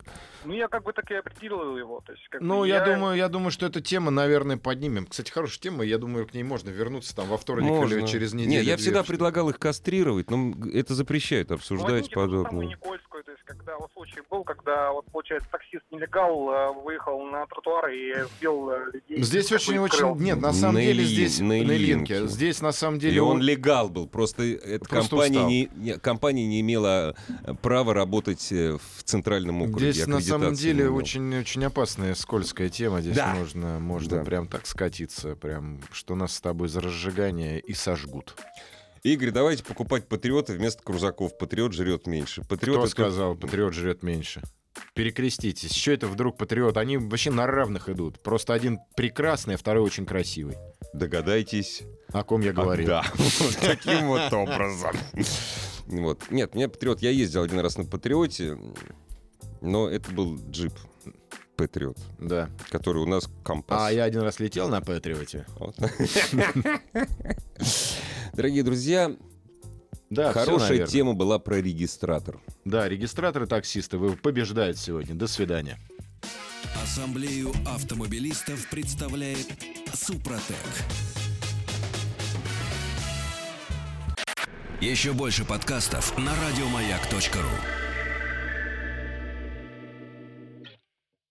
[SPEAKER 8] Ну, я как бы так и определил его. То есть, как бы
[SPEAKER 2] Ну, я... думаю, я думаю, что эта тема, наверное, поднимем. Кстати, хорошая тема, я думаю, к ней можно вернуться там во вторник или
[SPEAKER 1] Можно.
[SPEAKER 2] через неделю.
[SPEAKER 1] Не, я
[SPEAKER 2] две,
[SPEAKER 1] всегда
[SPEAKER 2] что ли.
[SPEAKER 1] предлагал их кастрировать, но м, это запрещают обсуждать
[SPEAKER 8] Возьмите ту же самую
[SPEAKER 1] подобное.
[SPEAKER 8] Никольскую, то есть, когда вот случай был, когда, вот, получается, таксист-нелегал э, выехал на тротуар и сбил э, людей.
[SPEAKER 2] Здесь
[SPEAKER 8] Как бы
[SPEAKER 2] очень
[SPEAKER 8] их крыл.
[SPEAKER 2] очень нет, на самом
[SPEAKER 1] На
[SPEAKER 2] деле
[SPEAKER 1] Ильин-
[SPEAKER 2] здесь
[SPEAKER 1] на Ильинке.
[SPEAKER 2] Ильинке. здесь на самом деле
[SPEAKER 1] И он
[SPEAKER 2] он-
[SPEAKER 1] легал был, просто эта
[SPEAKER 2] Просто
[SPEAKER 1] компания,
[SPEAKER 2] устал.
[SPEAKER 1] не, не- компания не имела э, права работать э, в центральном округе.
[SPEAKER 2] Здесь на самом
[SPEAKER 1] аккредитации не
[SPEAKER 2] деле
[SPEAKER 1] имела.
[SPEAKER 2] очень, очень опасная скользкая тема. Здесь
[SPEAKER 1] Да.
[SPEAKER 2] можно, можно
[SPEAKER 1] Да.
[SPEAKER 2] прям так скатиться, прям что нас с тобой за разжигание и сожгут.
[SPEAKER 1] Игорь, давайте покупать патриоты вместо крузаков. Патриот жрет меньше. Патриот
[SPEAKER 2] Кто
[SPEAKER 1] это-
[SPEAKER 2] сказал, патриот жрет меньше? Перекреститесь. Что это вдруг патриот? Они вообще на равных идут. Просто один прекрасный, а второй очень красивый.
[SPEAKER 1] Догадайтесь.
[SPEAKER 2] О ком я
[SPEAKER 1] А,
[SPEAKER 2] говорил.
[SPEAKER 1] Да, *laughs* вот таким вот образом. Вот. Нет, меня Патриот, я ездил один раз на Патриоте, но это был джип Патриот,
[SPEAKER 2] Да.
[SPEAKER 1] который у нас компас.
[SPEAKER 2] А я один раз летел на патриоте.
[SPEAKER 1] Вот. *laughs* Дорогие друзья,
[SPEAKER 2] Да, всё,
[SPEAKER 1] хорошая
[SPEAKER 2] наверное.
[SPEAKER 1] тема была про регистратор.
[SPEAKER 2] Да, регистраторы таксисты, вы побеждаете сегодня. До свидания.
[SPEAKER 3] Ассамблею автомобилистов представляет Супротек. Еще больше подкастов на радиомаяк.ру.